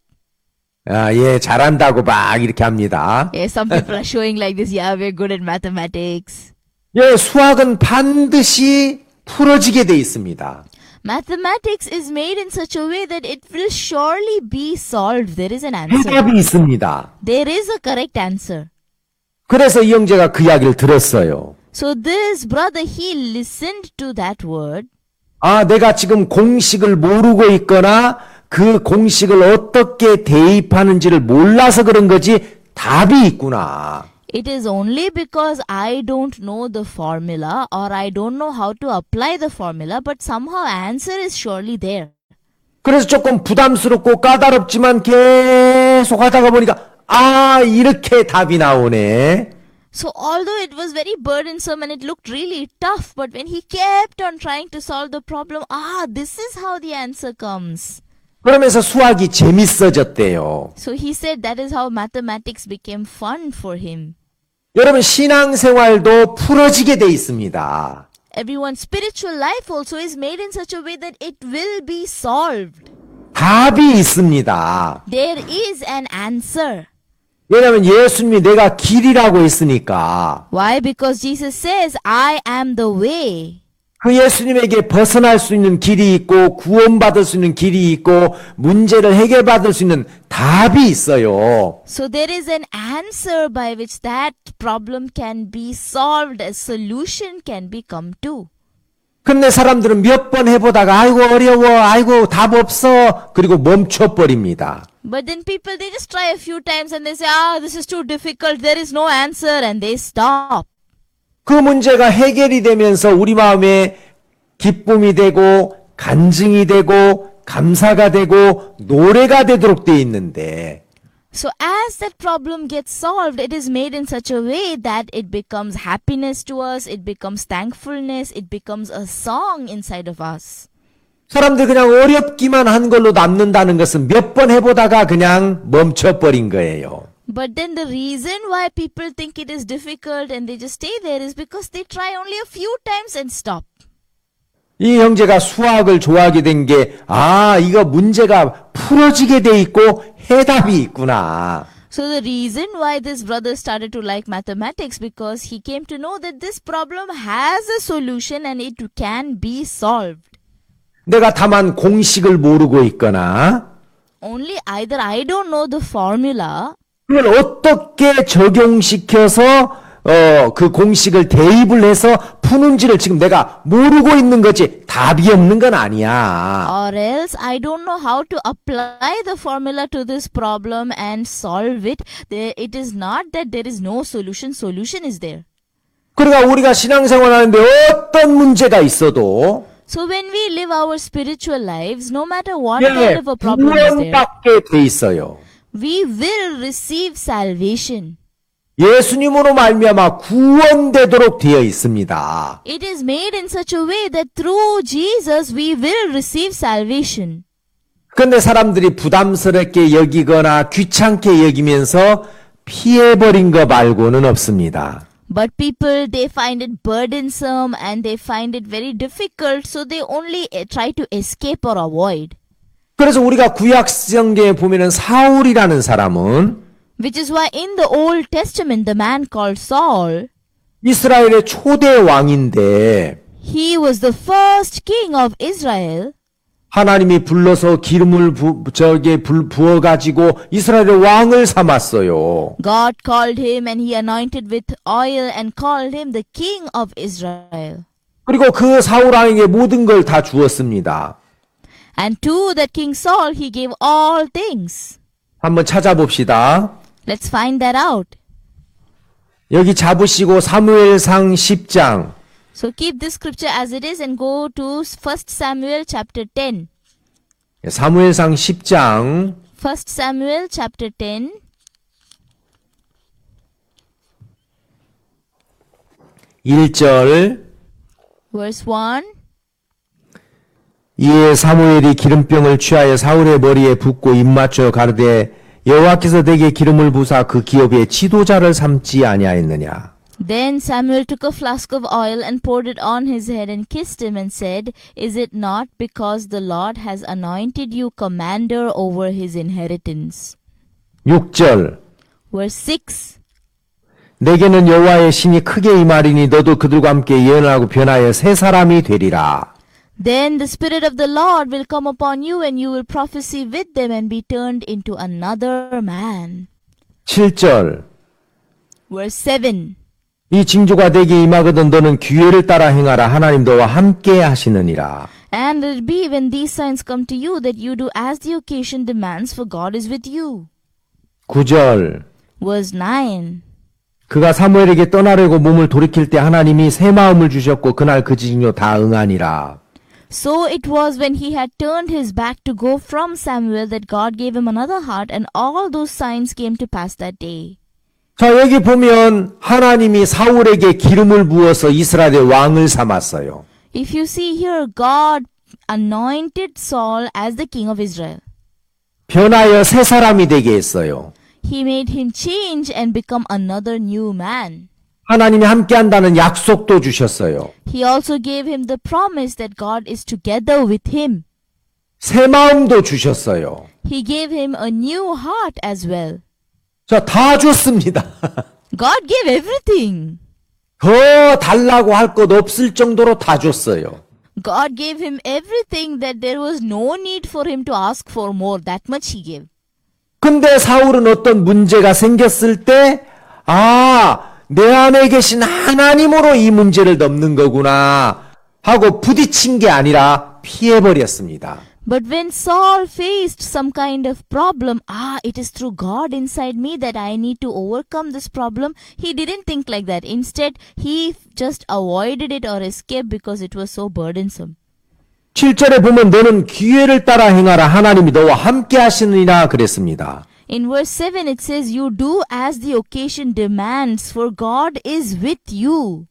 아, 예, 잘한다고 막 이렇게 합니다.
Yeah, some people are showing like this. Yeah, we're good at mathematics.
예, 수학은 반드시 풀어지게 돼 있습니다.
Mathematics is made in such a way that it will surely be solved. There is an answer.
해답이 있습니다.
There is a correct answer.
그래서 이 형제가 그 이야기를 들었어요.
So this brother, he listened to that word
아, 내가 지금 공식을 모르고 있거나 그 공식을 어떻게 대입하는지를 몰라서 그런 거지 답이 있구나.
It is only because I don't know the formula or I don't know how to apply the formula, but somehow answer is surely there.
그래서 조금 부담스럽고 까다롭지만 계속 하다가 보니까 아, 이렇게 답이 나오네.
So although it was very burdensome and it looked really tough, but when he kept on trying to solve the problem, ah, this is how the answer comes.
그러면서 수학이 재밌어졌대요.
So he said that is how mathematics became fun for him.
여러분, 신앙생활도 풀어지게 돼 있습니다.
Everyone's spiritual life also is made in such a way that it will be solved.
답이 있습니다.
There is an answer.
왜냐면 예수님이 내가 길이라고 했으니까
Why? Because Jesus says, I am the way.
그 예수님에게 벗어날 수 있는 길이 있고 구원받을 수 있는 길이 있고 문제를 해결받을 수 있는 답이 있어요.
So there is an answer by which that problem can be solved, a solution can be come to.
근데 사람들은 몇 번 해보다가 아이고 어려워 아이고 답 없어 그리고 멈춰버립니다.
But then people, they just try a few times and they say, ah, this is too difficult, there is no answer, and they stop.
그 문제가 해결이 되면서 우리 마음에 기쁨이 되고 간증이 되고 감사가 되고 노래가 되도록 돼 있는데
So as that problem gets solved, it is made in such a way that it becomes happiness to us, it becomes thankfulness, it becomes a song inside of us.
사람들 그냥 어렵기만 한 걸로 남는다는 것은 몇 번 해보다가 그냥 멈춰버린 거예요.
But then the reason why people think it is difficult and they just stay there is because they try only a few times and stop.
이 형제가 수학을 좋아하게 된 게, 아, 이거 문제가 풀어지게 돼 있고 해답이 있구나.
So the reason why this brother started to like mathematics because he came to know that this problem has a solution and it can be solved.
내가 다만 공식을 모르고 있거나
Only either I don't know the formula
그걸 어떻게 적용시켜서 어, 그 공식을 대입을 해서 푸는지를 지금 내가 모르고 있는 거지 답이 없는 건 아니야.
or else I don't know how to apply the formula to this problem and solve it. There, it is not that there is no solution, solution is there.
그러니까 우리가 신앙생활 하는데 어떤 문제가 있어도
So when we live our spiritual lives, no matter what kind
예,
of a problem is there,
구원받게 돼 있어요.
we will receive salvation.
예수님으로 말미암아 구원되도록 되어 있습니다.
It is made in such a way that through Jesus we will receive salvation.
근데 사람들이 부담스럽게 여기거나 귀찮게 여기면서 피해버린 거 말고는 없습니다.
But people, they find it burdensome and they find it very difficult, so they only eh, try to escape or avoid.
그래서 우리가 구약 성경에 보면은 사울이라는 사람은
Which is why in the Old Testament, the man called Saul,
이스라엘의 초대 왕인데
he was the first king of Israel.
하나님이 불러서 기름을 부, 저게 불 부어 가지고 이스라엘의 왕을 삼았어요.
God called him and he anointed with oil and called him the king of Israel.
그리고 그 사울 왕에게 모든 걸 다 주었습니다.
And to that King Saul, he gave all things.
한번 찾아봅시다.
Let's find that out.
여기 잡으시고 사무엘상 10장
So keep this scripture as it is and go to 1 Samuel chapter 10.
사무엘상 10장
1 Samuel chapter 10.
일절
Verse 1.
이에 사무엘이 기름병을 취하여 사울의 머리에 붓고 입맞춰 가르되 여호와께서 내게 기름을 부사 그 기업의 지도자를 삼지 아니하였느냐
Then Samuel took a flask of oil and poured it on his head and kissed him and said, Is it not because the Lord has anointed you commander over his inheritance?
6절
Verse 6.
내게는 여호와의 신이 크게 임하리니 너도 그들과 함께 예언하고 변하여 새 사람이 되리라
Then the Spirit of the Lord will come upon you, and you will prophesy with them and be turned into another man.
7절
Verse 7.
이 징조가 내게 임하거든 너는 기회를 따라 행하라 하나님 너와 함께 하시느니라
And it be when these signs come to you that you do as the occasion demands, for God is with you.
9절
Verse 9.
그가 사무엘에게 떠나려고 몸을 돌이킬 때 하나님이 새 마음을 주셨고 그날 그 징조 다 응하니라
So it was when he had turned his back to go from Samuel that God gave him another heart, and all those signs came to pass that day.
자, 여기 보면 하나님이 사울에게 기름을 부어서 이스라엘의 왕을 삼았어요.
If you see here, God anointed Saul as the king of Israel.
변하여 새 사람이 되게 했어요.
He made him change and become another new man.
하나님이 함께 한다는 약속도 주셨어요.
He also gave him the promise that God is together with him.
새 마음도 주셨어요.
He gave him a new heart as well.
자, 다 줬습니다.
God gave everything.
더 달라고 할 것 없을 정도로 다 줬어요.
God gave him everything that there was no need for him to ask for more. That much he gave.
근데 사울은 어떤 문제가 생겼을 때, 아, 내 안에 계신 하나님으로 이 문제를 넘는 거구나 하고 부딪힌 게 아니라 피해버렸습니다.
But when Saul faced some kind of problem, ah, it is through God inside me that I need to overcome this problem, he didn't think like that. Instead, he f- just avoided it or escaped because it was so burdensome.
7절에 보면 너는 기회를 따라 행하라 하나님이 너와 함께 하시느니라 그랬습니다.
In verse 7, it says, You do as the occasion demands, for God is with you.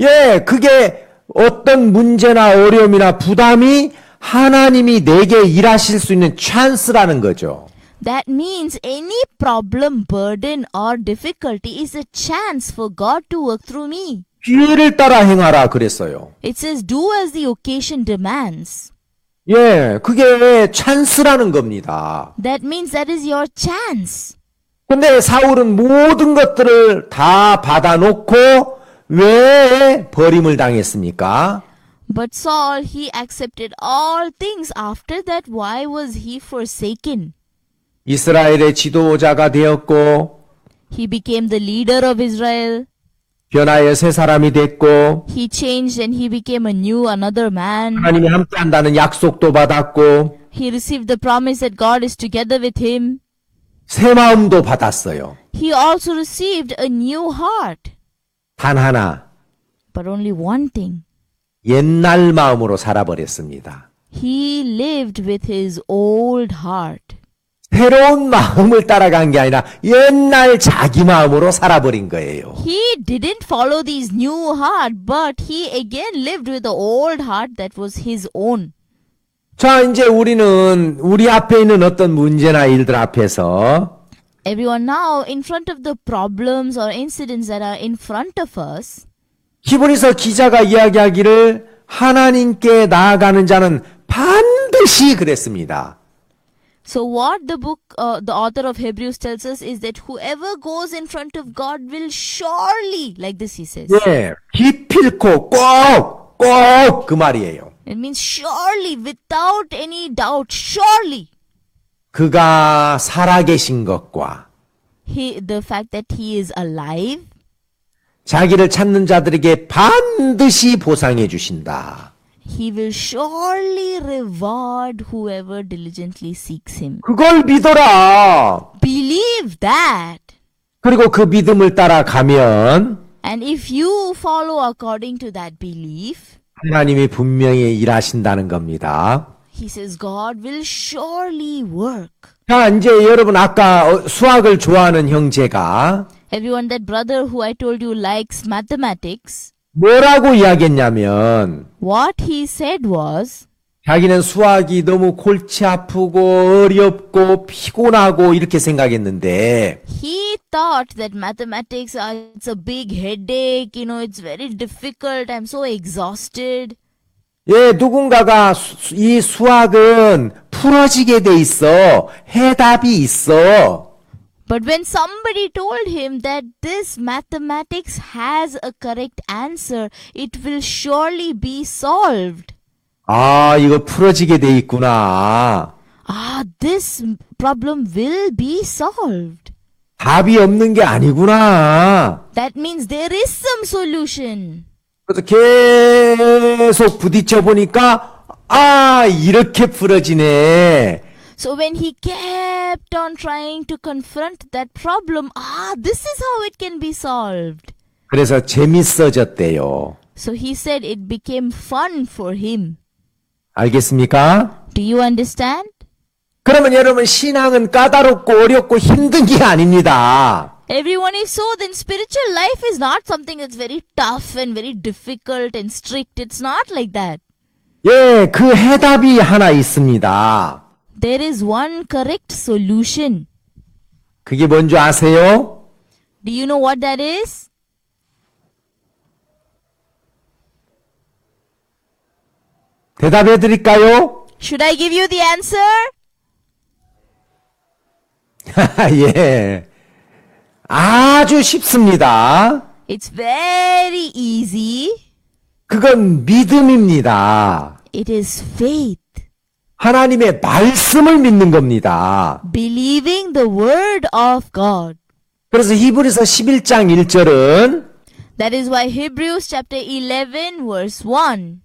예, 그게 어떤 문제나 어려움이나 부담이 하나님이 내게 일하실 수 있는 찬스라는 거죠.
That means any problem, burden, or difficulty is a chance for God to work through me.
기회를 따라 행하라 그랬어요.
It says, Do as the occasion demands.
예, 그게 찬스라는 겁니다.
That means that is your chance.
근데 사울은 모든 것들을 다 받아놓고 왜 버림을 당했습니까?
But Saul, he accepted all things. After that, why was he forsaken?
이스라엘의 지도자가 되었고
He became the leader of Israel.
변화의 새 사람이 됐고
He changed and he became a new, another man.
하나님이 함께한다는 약속도 받았고
He received the promise that God is together with him.
새 마음도 받았어요.
He also received a new heart.
단 하나
But only one thing
옛날 마음으로 살아버렸습니다.
he lived with his old heart.
새로운 마음을 따라간 게 아니라 옛날 자기 마음으로 살아버린 거예요.
He didn't follow these new heart, but he again lived with the old heart that was his own.
자, 이제 우리는 우리 앞에 있는 어떤 문제나 일들 앞에서
Everyone now, in front of the problems or incidents that are in front of us,
히브리서 기자가 이야기하기를 하나님께 나아가는 자는 반드시 그랬습니다.
so what the book, uh, the author of Hebrews tells us is that whoever goes in front of God will surely, like this he says,
예, 기필코 꼭, 꼭 그 말이에요.
it means surely, without any doubt, surely.
그가 살아계신 것과
He, the fact that he is alive
자기를 찾는 자들에게 반드시 보상해 주신다.
He will surely reward whoever diligently seeks him.
그걸 믿어라.
Believe that.
그리고 그 믿음을 따라가면
And if you follow according to that belief,
하나님이 분명히 일하신다는 겁니다.
he says God will surely work.
자, 이제 여러분 아까 어, 수학을 좋아하는 형제가
Everyone, that brother who I told you likes mathematics,
뭐라고 이야기했냐면
what he said was,
자기는 수학이 너무 골치 아프고 어렵고 피곤하고 이렇게 생각했는데
he thought that mathematics are it's a big headache, you know, it's very difficult, I'm so exhausted.
예, 누군가가 수- 이 수학은 풀어지게 돼 있어. 해답이 있어.
But when somebody told him that this mathematics has a correct answer, it will surely be solved.
아, 이거 풀어지게 돼 있구나.
Ah, this m- problem will be solved.
답이 없는 게 아니구나.
That means there is some solution.
그래서 계속 부딪혀 보니까 아 이렇게 풀어지네.
So when he kept on trying to confront that problem, ah, this is how it can be solved.
그래서 재밌어졌대요.
So he said it became fun for him.
알겠습니까?
Do you understand?
그러면 여러분 신앙은 까다롭고 어렵고 힘든 게 아닙니다.
Everyone is so, then spiritual life is not something that's very tough and very difficult and strict. It's not like that.
예, 그 해답이 하나 있습니다.
There is one correct solution.
그게 뭔지 아세요?
Do you know what that is?
대답해 드릴까요?
Should I give you the answer?
예. 아주 쉽습니다.
It's very easy.
그건 믿음입니다.
It is faith.
하나님의 말씀을 믿는 겁니다.
Believing the word of God.
그래서 히브리서 11장 1절은
That is why Hebrews chapter 11 verse 1.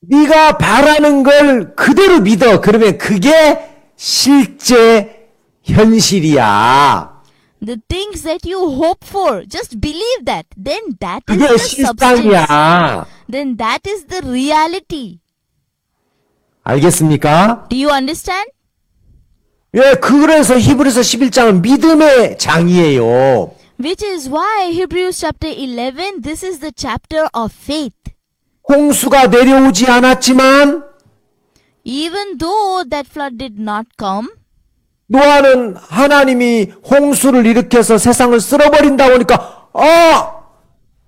네가 바라는 걸 그대로 믿어. 그러면 그게 실제 현실이야.
The things that you hope for, just believe that. Then that is
그게
the substance.
실상이야.
then that is the reality.
알겠습니까?
Do you understand?
예, 그래서 히브리서 11장은 믿음의 장이에요.
Which is why Hebrews chapter 11, this is the chapter of faith.
홍수가 내려오지 않았지만
Even though that flood did not come,
노아는 하나님이 홍수를 일으켜서 세상을 쓸어버린다고 하니까 아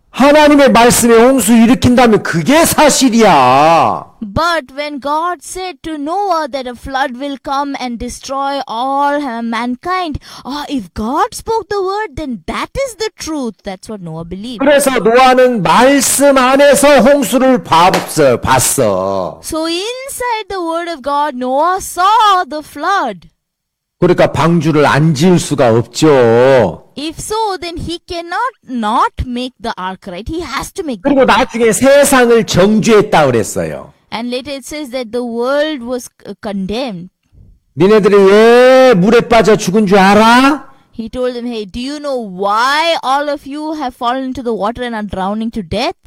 하나님의 말씀에 홍수 일으킨다면 그게 사실이야.
But when God said to Noah that a flood will come and destroy all uh, mankind, ah, if God spoke the word, then that is the truth. That's what Noah believed.
그래서 노아는 말씀 안에서 홍수를 봤어. 봤어.
So inside the word of God, Noah saw the flood.
그러니까 방주를 안 지을 수가 없죠.
If so, then he cannot not make the ark, right? He has to make the
그리고 나중에 세상을 정죄했다 그랬어요.
And later it says that the world was uh, condemned.
니네들이 왜 물에 빠져 죽은 줄 알아?
He told them, Hey, do you know why all of you have fallen into the water and are drowning to death?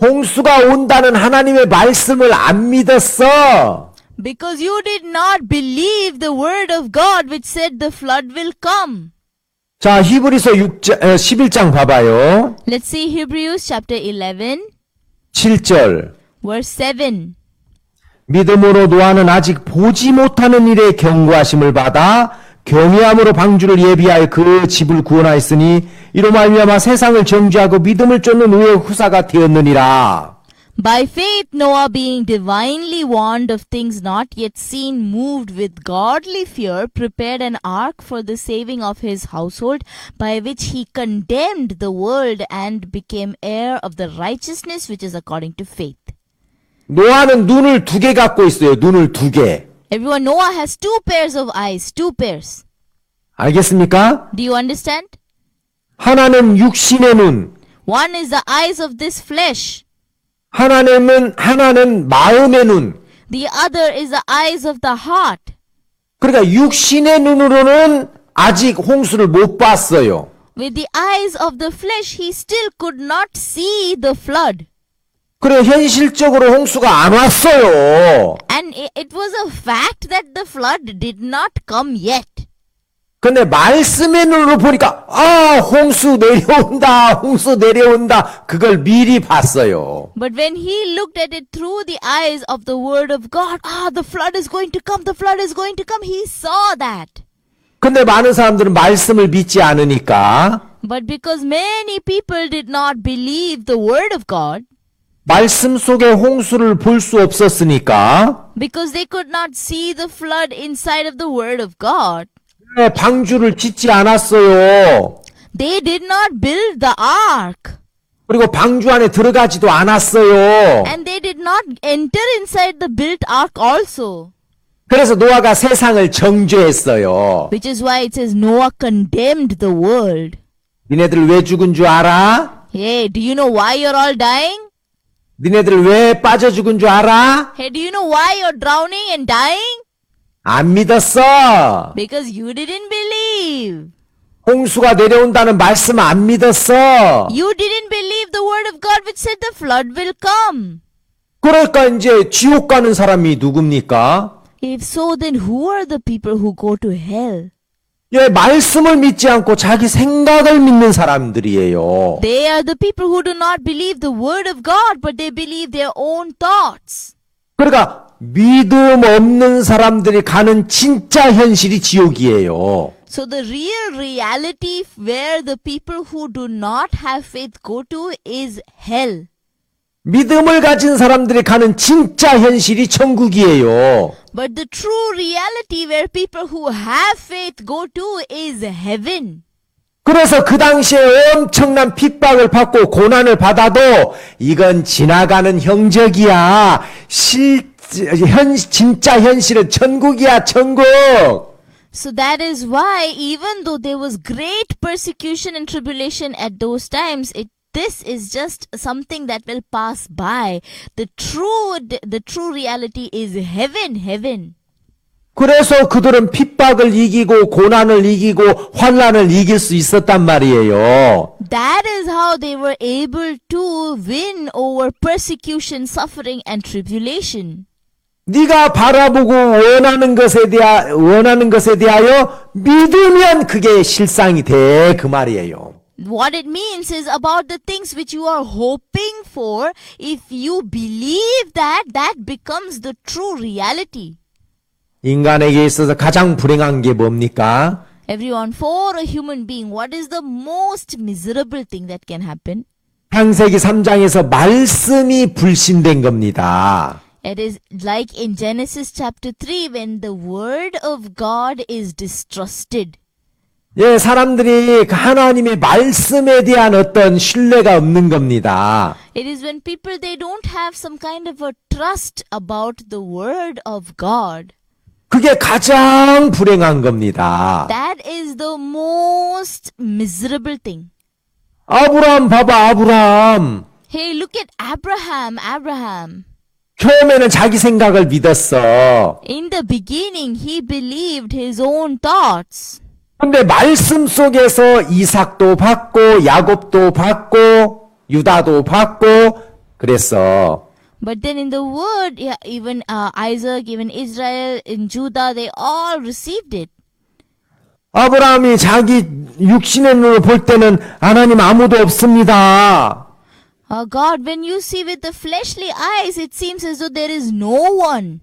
홍수가 온다는 하나님의 말씀을 안 믿었어.
Because you did not believe the word of God which said the flood will come.
자, 히브리서 6장, 11장 봐봐요.
Let's see Hebrews chapter 11,
7절.
verse 7.
믿음으로 노아는 아직 보지 못하는 일에 경고하심을 받아 경외함으로 방주를 예비하여 그 집을 구원하였으니 이로 말미암아 세상을 정죄하고 믿음을 쫓는 우의 후사가 되었느니라.
By faith, Noah, being divinely warned of things not yet seen, moved with godly fear, prepared an ark for the saving of his household, by which he condemned the world and became heir of the righteousness which is according to faith.
노아는 눈을 두 개 갖고 있어요. 눈을 두 개.
Everyone, Noah has two pairs of eyes, two pairs.
알겠습니까?
Do you understand?
하나는 육신의 눈,
One is the eyes of this flesh,
하나는 하나는 마음의 눈.
the other is the eyes of the heart.
그러니까 육신의 눈으로는 아직 홍수를 못 봤어요.
With the eyes of the flesh, he still could not see the flood.
그래 현실적으로 홍수가 안 왔어요.
And i- it was a fact that the flood did not come yet.
근데 말씀의 눈으로 보니까 아 홍수 내려온다 홍수 내려온다 그걸 미리 봤어요.
But when he looked at it through the eyes of the Word of God, ah, the flood is going to come, the flood is going to come, he saw that.
근데 많은 사람들은 말씀을 믿지 않으니까
But because many people did not believe the Word of God,
말씀 속에 홍수를 볼 수 없었으니까
because they could not see the flood inside of the Word of God,
그래, 방주를 짓지 않았어요.
they did not build the ark.
그리고 방주 안에 들어가지도 않았어요.
And they did not enter inside the built ark also.
그래서 노아가 세상을 정죄했어요.
Which is why it says Noah condemned the world.
니네들 왜 죽은 줄 알아?
Hey, do you know why you're all dying?
니네들 왜 빠져 죽은 줄 알아?
Hey, do you know why you're drowning and dying?
안 믿었어.
Because you didn't believe.
홍수가 내려온다는 말씀 안 믿었어.
You didn't believe the word of God which said the flood will come.
그러니까 이제 지옥 가는 사람이 누굽니까?
If so, then who are the people who go to hell?
예, 말씀을 믿지 않고 자기 생각을 믿는 사람들이에요.
They are the people who do not believe the word of God, but they believe their own thoughts.
그러니까 믿음 없는 사람들이 가는 진짜 현실이 지옥이에요.
So the real reality where the people who do not have faith go to is hell.
믿음을 가진 사람들이 가는 진짜 현실이 천국이에요.
But the true reality where people who have faith go to is heaven.
그래서 그 당시에 엄청난 핍박을 받고 고난을 받아도 이건 지나가는 형적이야. 실, 현, 진짜 현실은 천국이야, 천국!
So that is why even though there was great persecution and tribulation at those times, it this is just something that will pass by. The true the true reality is heaven, heaven.
그래서 그들은 핍박을 이기고 고난을 이기고 환란을 이길 수 있었단 말이에요.
That is how they were able to win over persecution, suffering, and tribulation.
네가 바라보고 원하는 것에 대하 원하는 것에 대하여 믿으면 그게 실상이 돼 그 말이에요.
What it means is about the things which you are hoping for. If you believe that, that becomes the true reality.
인간에게 있어서 가장 불행한 게 뭡니까?
Everyone, for a human being, what is the most miserable thing that can happen?
창세기 3장에서 말씀이 불신된 겁니다.
It is like in Genesis chapter 3 when the word of God is distrusted.
예, 사람들이 그 하나님의 말씀에 대한 어떤 신뢰가 없는 겁니다.
It is when people they don't have some kind of a trust about the word of God.
그게 가장 불행한 겁니다.
That is the most miserable thing.
아브람 봐봐, 아브람.
Hey, look at Abraham, Abraham.
처음에는 자기 생각을 믿었어.
In the beginning he believed his own thoughts.
근데 말씀 속에서 이삭도 받고 야곱도 받고 유다도 받고 그랬어.
But then in the word, yeah, even uh, Isaac, even Israel, in Judah, they all received it.
아브라함이 자기 육신의 눈으로 볼 때는 하나님 아무도 없습니다.
Oh God, when you see with the fleshly eyes, it seems as though there is no one.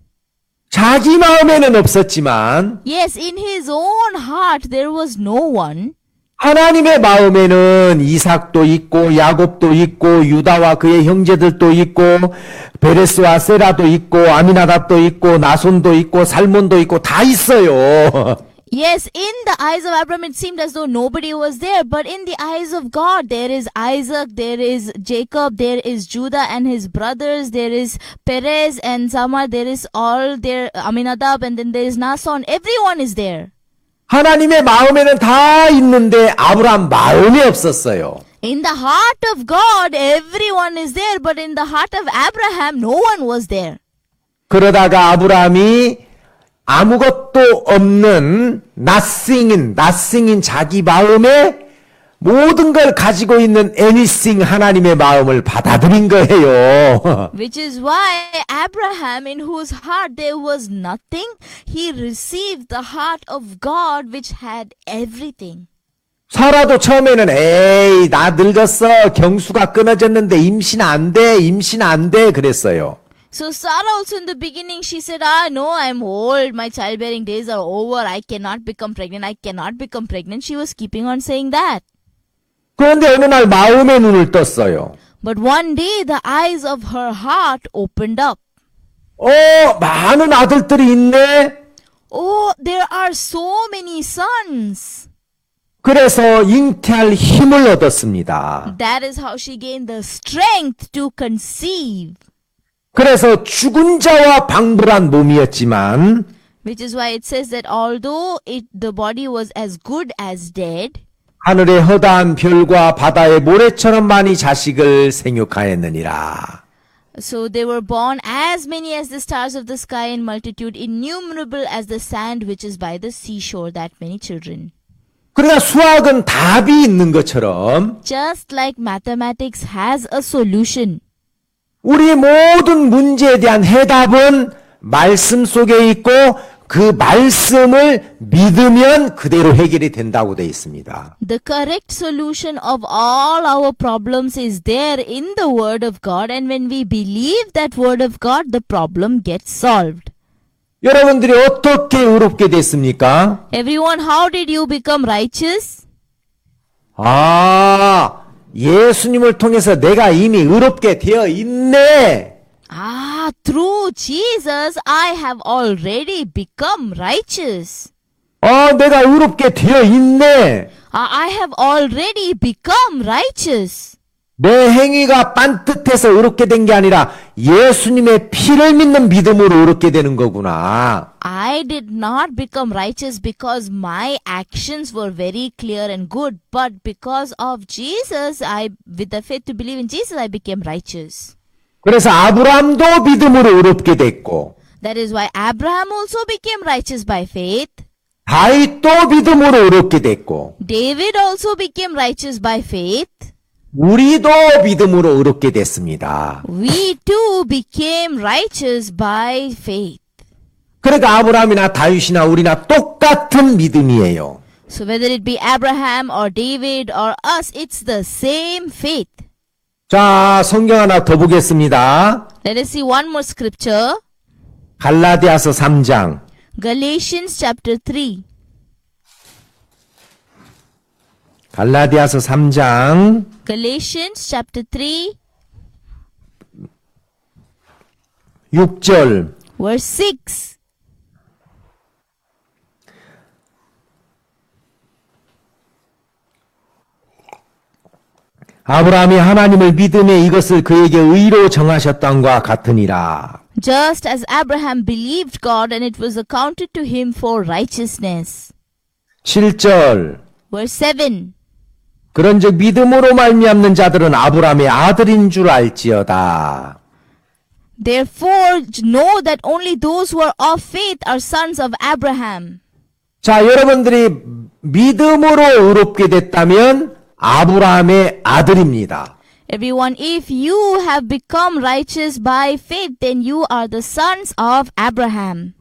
자기 마음에는 없었지만
Yes, in his own heart there was no one.
하나님의 마음에는 이삭도 있고 야곱도 있고 유다와 그의 형제들도 있고 베레스와 세라도 있고 아미나답도 있고 나손도 있고 살몬도 있고 다 있어요.
Yes, in the eyes of Abraham it seemed as though nobody was there, but in the eyes of God there is Isaac, there is Jacob, there is Judah and his brothers, there is Perez and Samar, there is all there Aminadab and then there is Nason. Everyone is there.
하나님의 마음에는 다 있는데 아브라함 마음이 없었어요.
In the heart of God everyone is there, but in the heart of Abraham no one was there.
그러다가 아브라함이 아무것도 없는 nothing인, nothing인 자기 마음에 모든 걸 가지고 있는 anything 하나님의 마음을 받아들인 거예요.
Which is why Abraham, in whose heart there was nothing, he received the heart of God which had everything.
사라도 처음에는 에이, 나 늙었어. 경수가 끊어졌는데 임신 안 돼. 임신 안 돼. 그랬어요.
So Sarah also in the beginning she said, Ah no, I'm old, my childbearing days are over, I cannot become pregnant, I cannot become pregnant. She was keeping on saying that.
그런데 어느 날 마음의 눈을 떴어요.
But one day the eyes of her heart opened up.
어, 많은 아들들이 있네.
Oh, there are so many sons.
그래서 잉태할 힘을 얻었습니다.
That is how she gained the strength to conceive.
그래서 죽은 자와 방불한 몸이었지만
Which is why it says that although it the body was as good as dead,
하늘의 허다한 별과 바다의 모래처럼 많이 자식을 생육하였느니라.
so they were born as many as the stars of the sky in multitude, innumerable as the sand which is by the seashore, that many children.
그러나 수학은 답이 있는 것처럼
Just like mathematics has a solution,
우리 모든 문제에 대한 해답은 말씀 속에 있고 그 말씀을 믿으면 그대로 해결이 된다고 되어 있습니다.
the correct solution of all our problems is there in the Word of God, and when we believe that Word of God, the problem gets solved.
여러분들이 어떻게 의롭게 됐습니까?
Everyone, how did you become righteous?
아, 예수님을 통해서 내가 이미 의롭게 되어 있네.
Ah, through Jesus, I have already become righteous.
아, 내가 의롭게 되어 있네.
Ah, I have already become righteous.
내 행위가 빤뜻해서 의롭게 된 게 아니라 예수님의 피를 믿는 믿음으로 의롭게 되는 거구나.
I did not become righteous because my actions were very clear and good, but because of Jesus, I, with the faith to believe in Jesus, I became righteous.
그래서 아브람도 믿음으로 의롭게 됐고,
That is why Abraham also became righteous by faith.
다윗도 믿음으로 의롭게 됐고,
David also became righteous by faith.
우리도 믿음으로 의롭게 됐습니다.
We too became righteous by faith.
그러니까 아브람이나 다윗이나 우리나 똑같은 믿음이에요.
So whether it be Abraham or David or us, it's the same faith.
자, 성경 하나 더 보겠습니다.
Let us see one more scripture.
갈라디아서 3장
Galatians chapter 3.
갈라디아서 3장
Galatians chapter 3,
6절
verse 6.
아브라함이 하나님을 믿음에 이것을 그에게 의로 정하셨던과 같으니라.
Just as Abraham believed God and it was accounted to him for righteousness.
7절
Verse 7.
그런즉 믿음으로 말미암는 자들은 아브라함의 아들인 줄 알지어다.
Therefore, know that only those who are of faith are sons of Abraham.
자, 여러분들이 믿음으로 의롭게 됐다면 아브라함의 아들입니다.
Everyone, if you have become righteous by faith, then you are the sons of Abraham.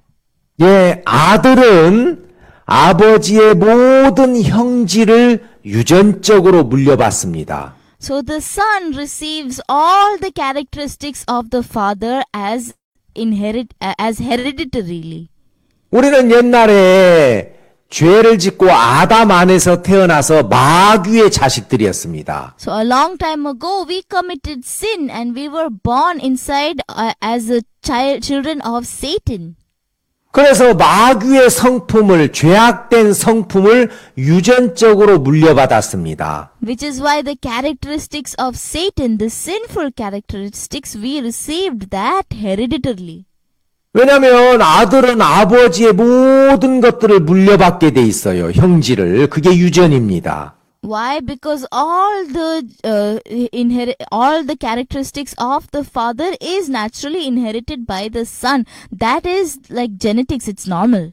예, 아들은 아버지의 모든 형질을 유전적으로 물려받습니다.
So the son receives all the characteristics of the father as inherit uh, as hereditarily.
우리는 옛날에 죄를 짓고 아담 안에서 태어나서 마귀의 자식들이었습니다.
So a long time ago we committed sin and we were born inside uh, as a child children of Satan.
그래서 마귀의 성품을, 죄악된 성품을 유전적으로 물려받았습니다.
Which is why the characteristics of Satan, the sinful characteristics, we received that hereditarily.
왜냐면 아들은 아버지의 모든 것들을 물려받게 돼 있어요. 형질을. 그게 유전입니다.
Why? Because all the uh, inherit all the characteristics of the father is naturally inherited by the son. That is like genetics. It's normal.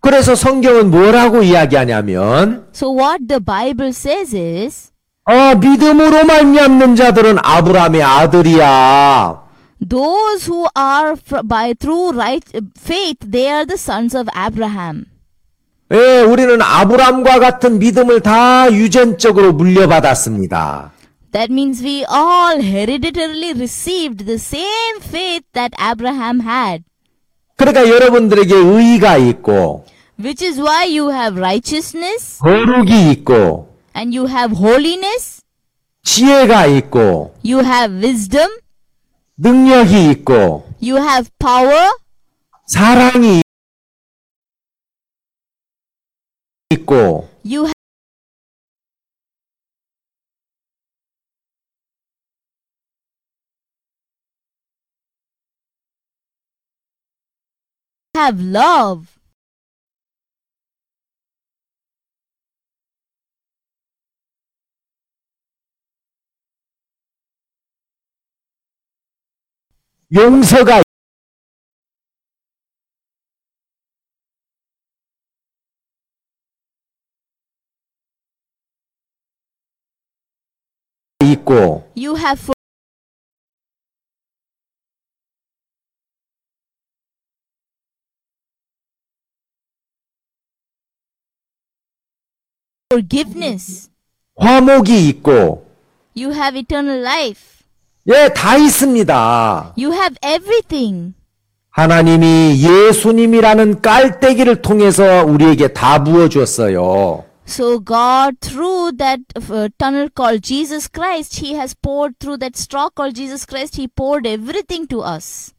그래서 성경은 뭐라고 이야기하냐면
So what the Bible says is,
어, 믿음으로 말미암는 자들은 아브라함의 아들이야.
those who are fr- by through right uh, faith, they are the sons of Abraham.
예, 우리는 아브라함과 같은 믿음을 다 유전적으로 물려받았습니다.
That means we all hereditarily received the same faith that Abraham had,
그러니까 여러분들에게 의가 있고
which is why you have righteousness
거룩이 있고
and you have holiness,
지혜가 있고
you have wisdom.
능력이 있고
You have power,
사랑이 있고
you ha- have love.
용서가 있고
You have for- forgiveness.
화목이 있고
You have eternal life.
예 다 있습니다.
You have everything.
하나님이 예수님이라는 깔때기를 통해서 우리에게 다 부어 주었어요.
So God, through that uh, tunnel called Jesus Christ, He has poured through that straw called Jesus Christ, He poured everything to us.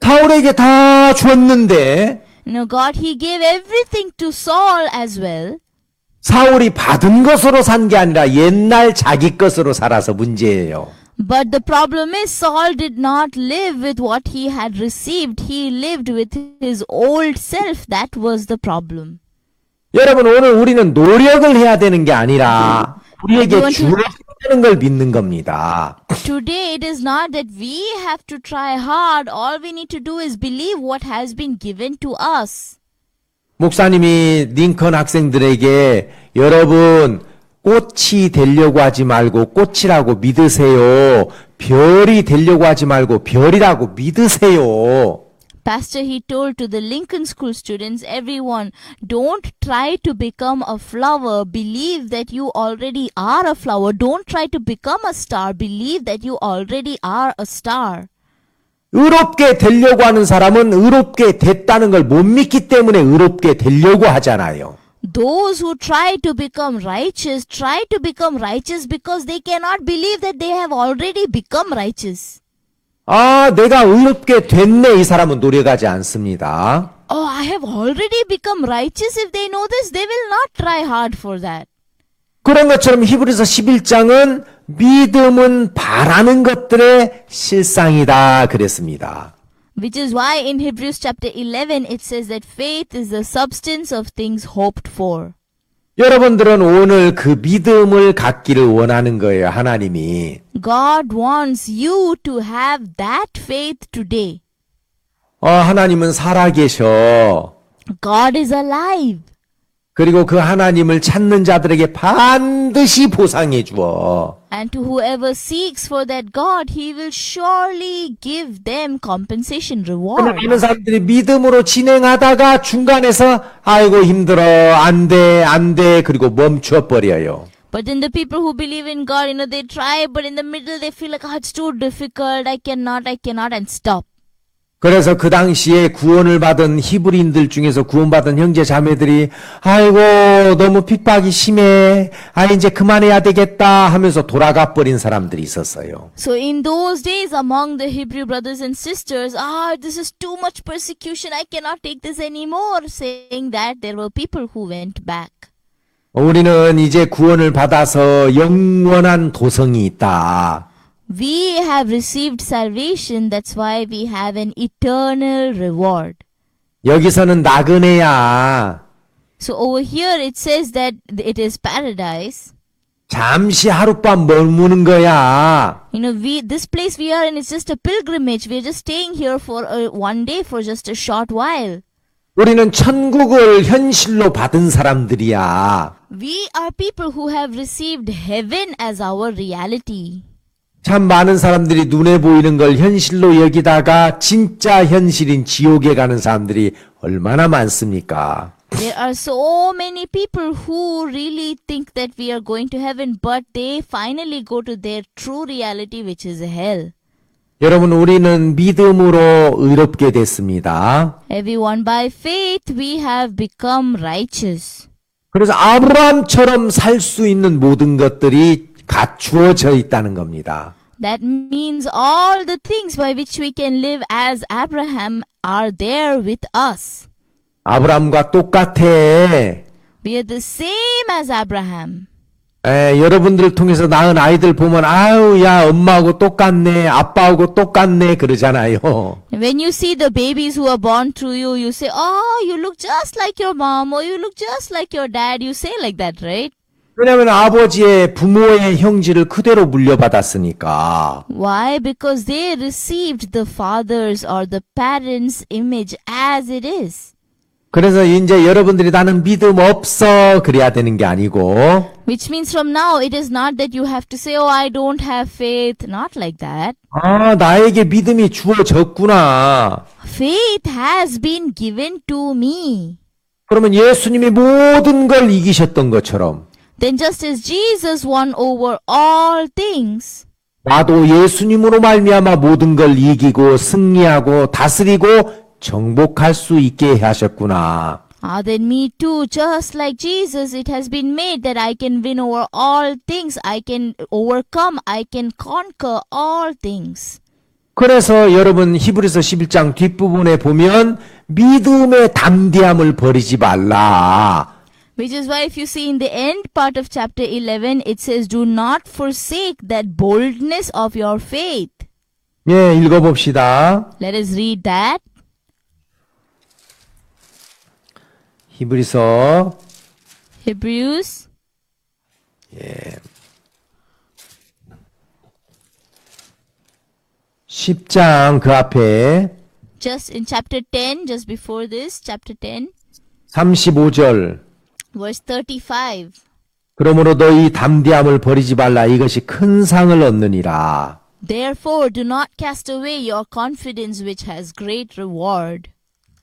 사울에게 다 줬는데
You know, God, He gave everything to Saul as well.
사울이 받은 것으로 산 게 아니라 옛날 자기 것으로 살아서 문제예요.
But the problem is, Saul did not live with what he had received. He lived with his old self. That was the problem.
여러분 오늘 우리는 노력을 해야 되는 게 아니라 우리에게
그건 좀-
주어지는 걸 믿는 겁니다.
Today, it is not that we have to try hard. All we need to do is believe what has been given to us.
목사님이 링컨 학생들에게 여러분 꽃이 되려고 하지 말고 꽃이라고 믿으세요. 별이 되려고 하지 말고 별이라고 믿으세요.
Pastor, he told to the Lincoln School students, everyone, don't try to become a flower. Believe that you already are a flower. Don't try to become a star. Believe that you already are a star.
의롭게 되려고 하는 사람은 의롭게 됐다는 걸 못 믿기 때문에 의롭게 되려고 하잖아요.
those who try to become righteous try to become righteous because they cannot believe that they have already become righteous.
아, 내가 의롭게 됐네. 이 사람은 노력하지 않습니다.
Oh, I have already become righteous. If they know this, they will not try hard for that.
그런 것처럼 히브리서 11장은 믿음은 바라는 것들의 실상이다. 그랬습니다.
Which is why in Hebrews chapter 11 it says that faith is the substance of things hoped for.
여러분들은 오늘 그 믿음을 갖기를 원하는 거예요. 하나님이.
God wants you to have that faith today.
어, 하나님은 살아계셔.
God is alive.
그리고 그 하나님을 찾는 자들에게 반드시 보상해 주어.
And to whoever seeks for that God, he will surely give them compensation, reward.
많은 사람들이 믿음으로 진행하다가 중간에서 아이고 힘들어 안돼안돼 그리고 멈춰 버려요.
But then the people who believe in God, you know, they try, but in the middle they feel like, oh, it's too difficult, I cannot, I cannot, and stop.
그래서 그 당시에 구원을 받은 히브리인들 중에서 구원받은 형제 자매들이 아이고 너무 핍박이 심해 아 이제 그만해야 되겠다 하면서 돌아가 버린 사람들이 있었어요.
So in those days among the Hebrew brothers and sisters, ah, this is too much persecution, I cannot take this anymore. Saying that, there were people who went back.
우리는 이제 구원을 받아서 영원한 도성이 있다.
We have received salvation, that's why we have an eternal reward.
여기서는 나그네야.
So over here it says that it is paradise.
잠시 하룻밤 머무는 거야.
You know, we this place we are in is just a pilgrimage. We are just staying here for a, one day for just a short while.
우리는 천국을 현실로 받은 사람들이야.
We are people who have received heaven as our reality.
참 많은 사람들이 눈에 보이는 걸 현실로 여기다가 진짜 현실인 지옥에 가는 사람들이 얼마나 많습니까?
There are so many people who really think that we are going to heaven, but they finally go to their true reality, which is hell.
여러분, 우리는 믿음으로 의롭게 됐습니다.
Everyone, by faith, we have become righteous.
그래서 아브라함처럼 살 수 있는 모든 것들이 갖추어져 있다는 겁니다.
That means all the things by which we can live as Abraham are there with us.
아브라함과 똑같아.
We are the same as Abraham.
에, 여러분들을 통해서 낳은 아이들 보면 아유 야 엄마하고 똑같네 아빠하고 똑같네 그러잖아요.
When you see the babies who are born through you, you say, Oh, you look just like your mom, or you look just like your dad. You say like that, right?
왜냐하면 아버지의 부모의 형질을 그대로 물려받았으니까.
Why? Because they received the father's or the parent's image as it is.
그래서 이제 여러분들이 나는 믿음 없어 그래야 되는 게 아니고
Which means from now, it is not that you have to say, Oh, I don't have faith. Not like that.
아 나에게 믿음이 주어졌구나.
Faith has been given to me.
그러면 예수님이 모든 걸 이기셨던 것처럼
Then, just as Jesus won over all things,
나도 예수님으로 말미암아 모든 걸 이기고 승리하고 다스리고 정복할 수 있게 하셨구나.
ah, then me too, just like Jesus, it has been made that I can win over all things, I can overcome, I can conquer all things.
그래서 여러분 히브리서 11장 뒷부분에 보면 믿음의 담대함을 버리지 말라.
Which is why, if you see in the end part of chapter 11, it says, Do not forsake that boldness of your faith.
예, 읽어봅시다.
Let us read that.
히브리서
Hebrews.
예. 10장 그 앞에
Just in chapter 10, just before this, chapter 10,
35절
verse 35.
그러므로 너희 담대함을 버리지 말라 이것이 큰 상을 얻느니라.
Therefore, do not cast away your confidence, which has great reward.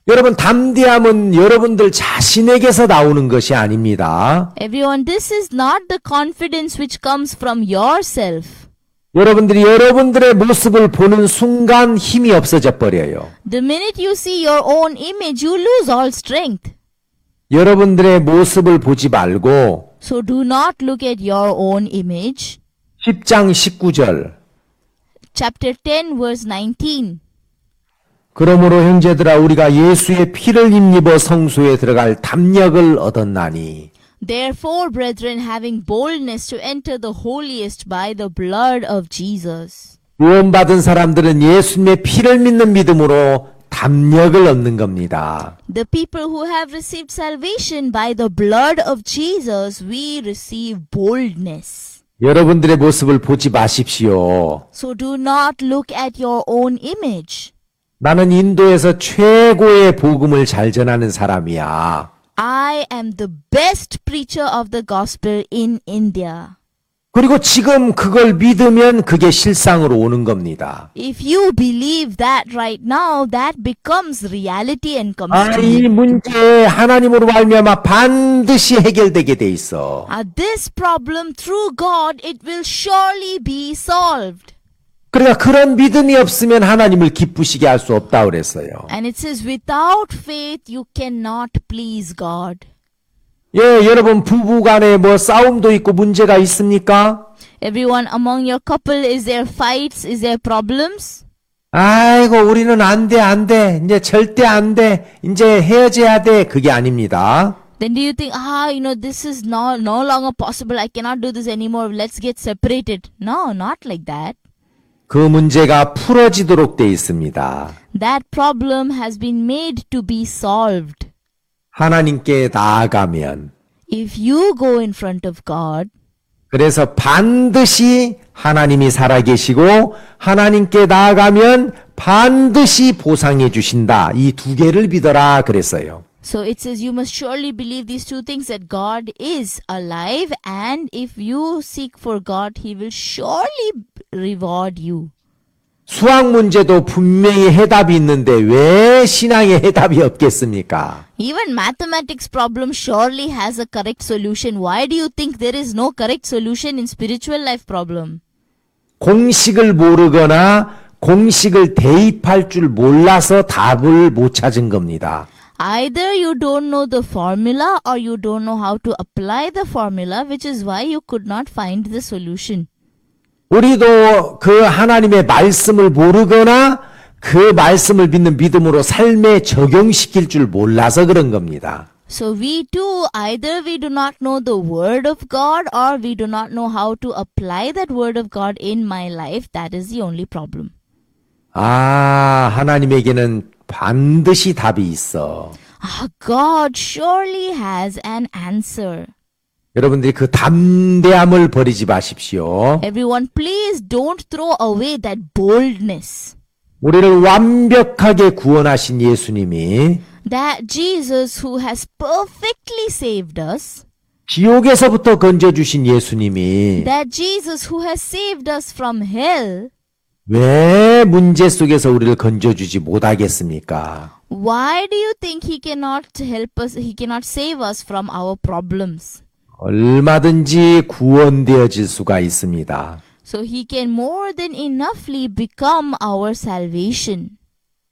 여러분 담대함은 여러분들 자신에게서 나오는 것이 아닙니다.
Everyone, this is not the confidence which comes from yourself.
여러분들이 여러분들의 모습을 보는 순간 힘이 없어져 버려요.
The minute you see your own image, you lose all strength.
여러분들의 모습을 보지 말고
So do not look at your own image.
10장 19절.
Chapter 10, verse 19.
그러므로 형제들아 우리가 예수의 피를 힘입어 성소에 들어갈 담력을 얻었나니
Therefore, brethren, having boldness to enter the holiest by the blood of Jesus.
구원받은 사람들은 예수님의 피를 믿는 믿음으로 담력을 얻는 겁니다.
The people who have received salvation by the blood of Jesus, we receive boldness.
여러분들의 모습을 보지 마십시오.
So do not look at your own image.
나는 인도에서 최고의 복음을 잘 전하는 사람이야.
I am the best preacher of the gospel in India.
그리고 지금 그걸 믿으면 그게 실상으로 오는 겁니다.
If you believe that right now, that becomes reality and comes
아,
to
이
you.
문제 하나님으로 말미암아 반드시 해결되게 돼 있어.
Uh, this problem through God, it will surely be solved.
그러니까 그런 믿음이 없으면 하나님을 기쁘시게 할 수 없다 그랬어요.
And it says, without faith, you cannot please God.
예, 여러분 부부간에 뭐 싸움도 있고 문제가 있습니까?
Everyone among your couple, is there fights? Is there problems?
아이고 우리는 안 돼, 안 돼. 이제 절대 안 돼. 이제 헤어져야 돼. 그게 아닙니다.
Then do you think, ah, you know, this is no, no longer possible. I cannot do this anymore. Let's get separated. No, not like that.
그 문제가 풀어지도록 돼 있습니다.
That problem has been made to be solved.
하나님께 나아가면
If you go in front of God,
그래서 반드시 하나님이 살아계시고 하나님께 나아가면 반드시 보상해 주신다. 이 두 개를 믿어라 그랬어요.
So it says you must surely believe these two things that God is alive, and if you seek for God, He will surely b- reward you.
수학 문제도 분명히 해답이 있는데 왜 신앙에 해답이 없겠습니까?
Even mathematics problem surely has a correct solution. Why do you think there is no correct solution in spiritual life problem?
공식을 모르거나 공식을 대입할 줄 몰라서 답을 못 찾은 겁니다.
Either you don't know the formula or you don't know how to apply the formula, which is why you could not find the solution.
우리도 그 하나님의 말씀을 모르거나 그 말씀을 믿는 믿음으로 삶에 적용시킬 줄 몰라서 그런 겁니다.
So we too, either we do not know the word of God or we do not know how to apply that word of God in my life. That is the only problem.
아, 하나님에게는 반드시 답이 있어.
Ah, God surely has an answer.
여러분들이 그 담대함을 버리지 마십시오.
Everyone, please don't throw away that boldness.
우리를 완벽하게 구원하신 예수님이
That Jesus who has perfectly saved us,
지옥에서부터 건져주신 예수님이
that Jesus who has saved us from hell,
왜 문제 속에서 우리를 건져주지 못하겠습니까?
why do you think he cannot help us, he cannot save us from our problems?
얼마든지 구원되어질 수가 있습니다.
So he can more than enoughly become our salvation.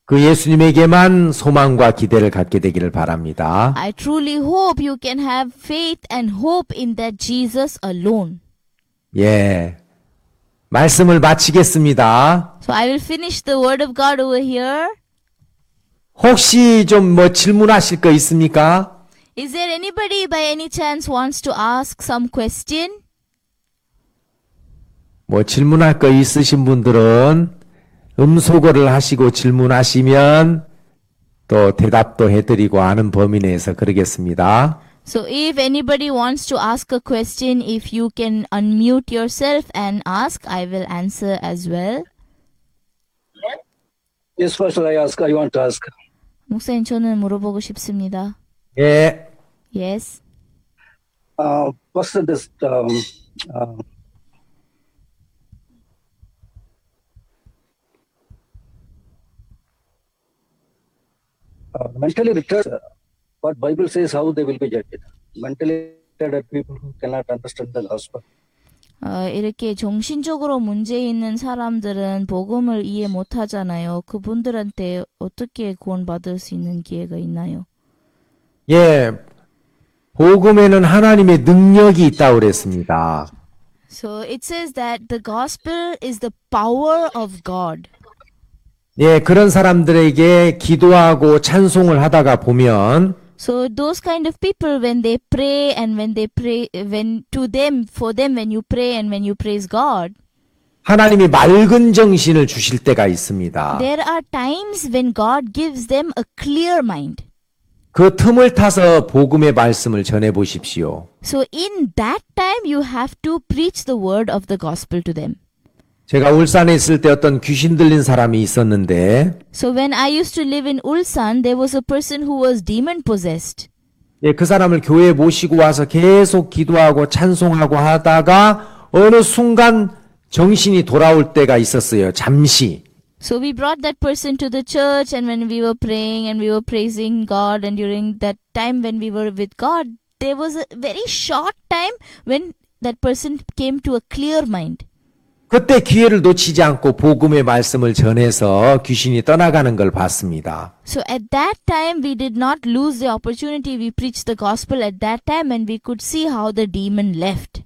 그 예수님에게만 소망과 기대를 갖게 되기를 바랍니다.
I truly hope you can have faith and hope in that Jesus alone.
예. 말씀을 마치겠습니다.
So I will finish the word of God over here.
혹시 좀 뭐 질문하실 거 있습니까?
Is there anybody by any chance wants to ask some question?
뭐 질문할 거 있으신 분들은 음소거를 하시고 질문하시면 또 대답도 해드리고 아는 범위 내에서 그러겠습니다.
So if anybody wants to ask a question, if you can unmute yourself and ask, I will answer as well.
Yes, first I ask, I want to ask.
목사님 저는 물어보고 싶습니다.
예.
Yes.
Uh, what's this? Um, uh, uh, mentally retarded, what Bible says how they will be judged. Mentally retarded people who cannot understand the gospel.
어, 이렇게 정신적으로 문제 있는 사람들은 복음을 이해 못 하잖아요. 그분들한테 어떻게 구원받을 수 있는 기회가 있나요?
예. 복음에는 하나님의 능력이 있다고 그랬습니다.
So it says that the gospel is the power of God.
예, 그런 사람들에게 기도하고 찬송을 하다가 보면
So those kind of people when they pray and when they pray when to them for them when you pray and when you praise God
하나님이 맑은 정신을 주실 때가 있습니다.
there are times when God gives them a clear mind.
그 틈을 타서 복음의 말씀을 전해 보십시오.
So in that time you have to preach the word of the gospel to them.
제가 울산에 있을 때 어떤 귀신 들린 사람이 있었는데
So when I used to live in Ulsan there was a person who was demon possessed.
예, 그 사람을 교회에 모시고 와서 계속 기도하고 찬송하고 하다가 어느 순간 정신이 돌아올 때가 있었어요. 잠시.
So we brought that person to the church, and when we were praying and we were praising God, and during that time when we were with God, there was a very short time when that person came to a clear mind.
그때 기회를 놓치지 않고 복음의 말씀을 전해서 귀신이 떠나가는 걸 봤습니다.
So at that time, we did not lose the opportunity. We preached the gospel at that time, and we could see how the demon left.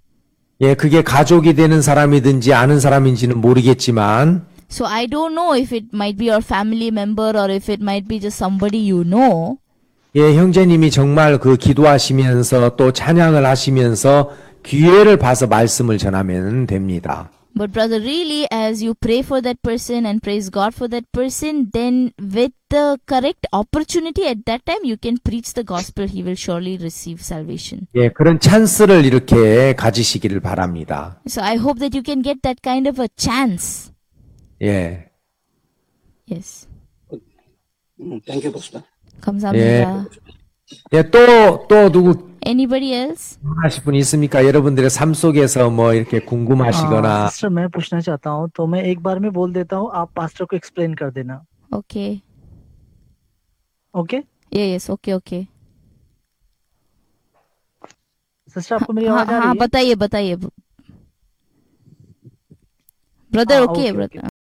예, 그게 가족이 되는 사람이든지 아는 사람인지는 모르겠지만
So I don't know if it might be your family member or if it might be just somebody you know.
예, 형제님이 정말 그 기도하시면서 또 찬양을 하시면서 기회를 봐서 말씀을 전하면 됩니다.
But brother, really, as you pray for that person and praise God for that person, then with the correct opportunity at that time, you can preach the gospel. He will surely receive salvation.
예, 그런 찬스를 이렇게 가지시기를 바랍니다.
So I hope that you can get that kind of a chance.
예.
Yes.
Mm, Thank you, Pastor.
Kamsamida.
예, 또, 또 누구
Anybody else?
하실 분 있습니까? 여러분들의 삶 속에서 뭐 이렇게 궁금하시거나.
Sister मैं पूछना चाहता हूँ तो मैं एक बार में बोल देता हूँ आप पास्टर को एक्सप्लेन कर देना
Okay.
Okay
Yeah, yes. Okay, okay.
Sister आपको मेरी
हाँ
आवाज आ
हाँ
रही है
बताइए बताइए ब्रदर
हाँ,
ओके
okay, okay.
ब्रदर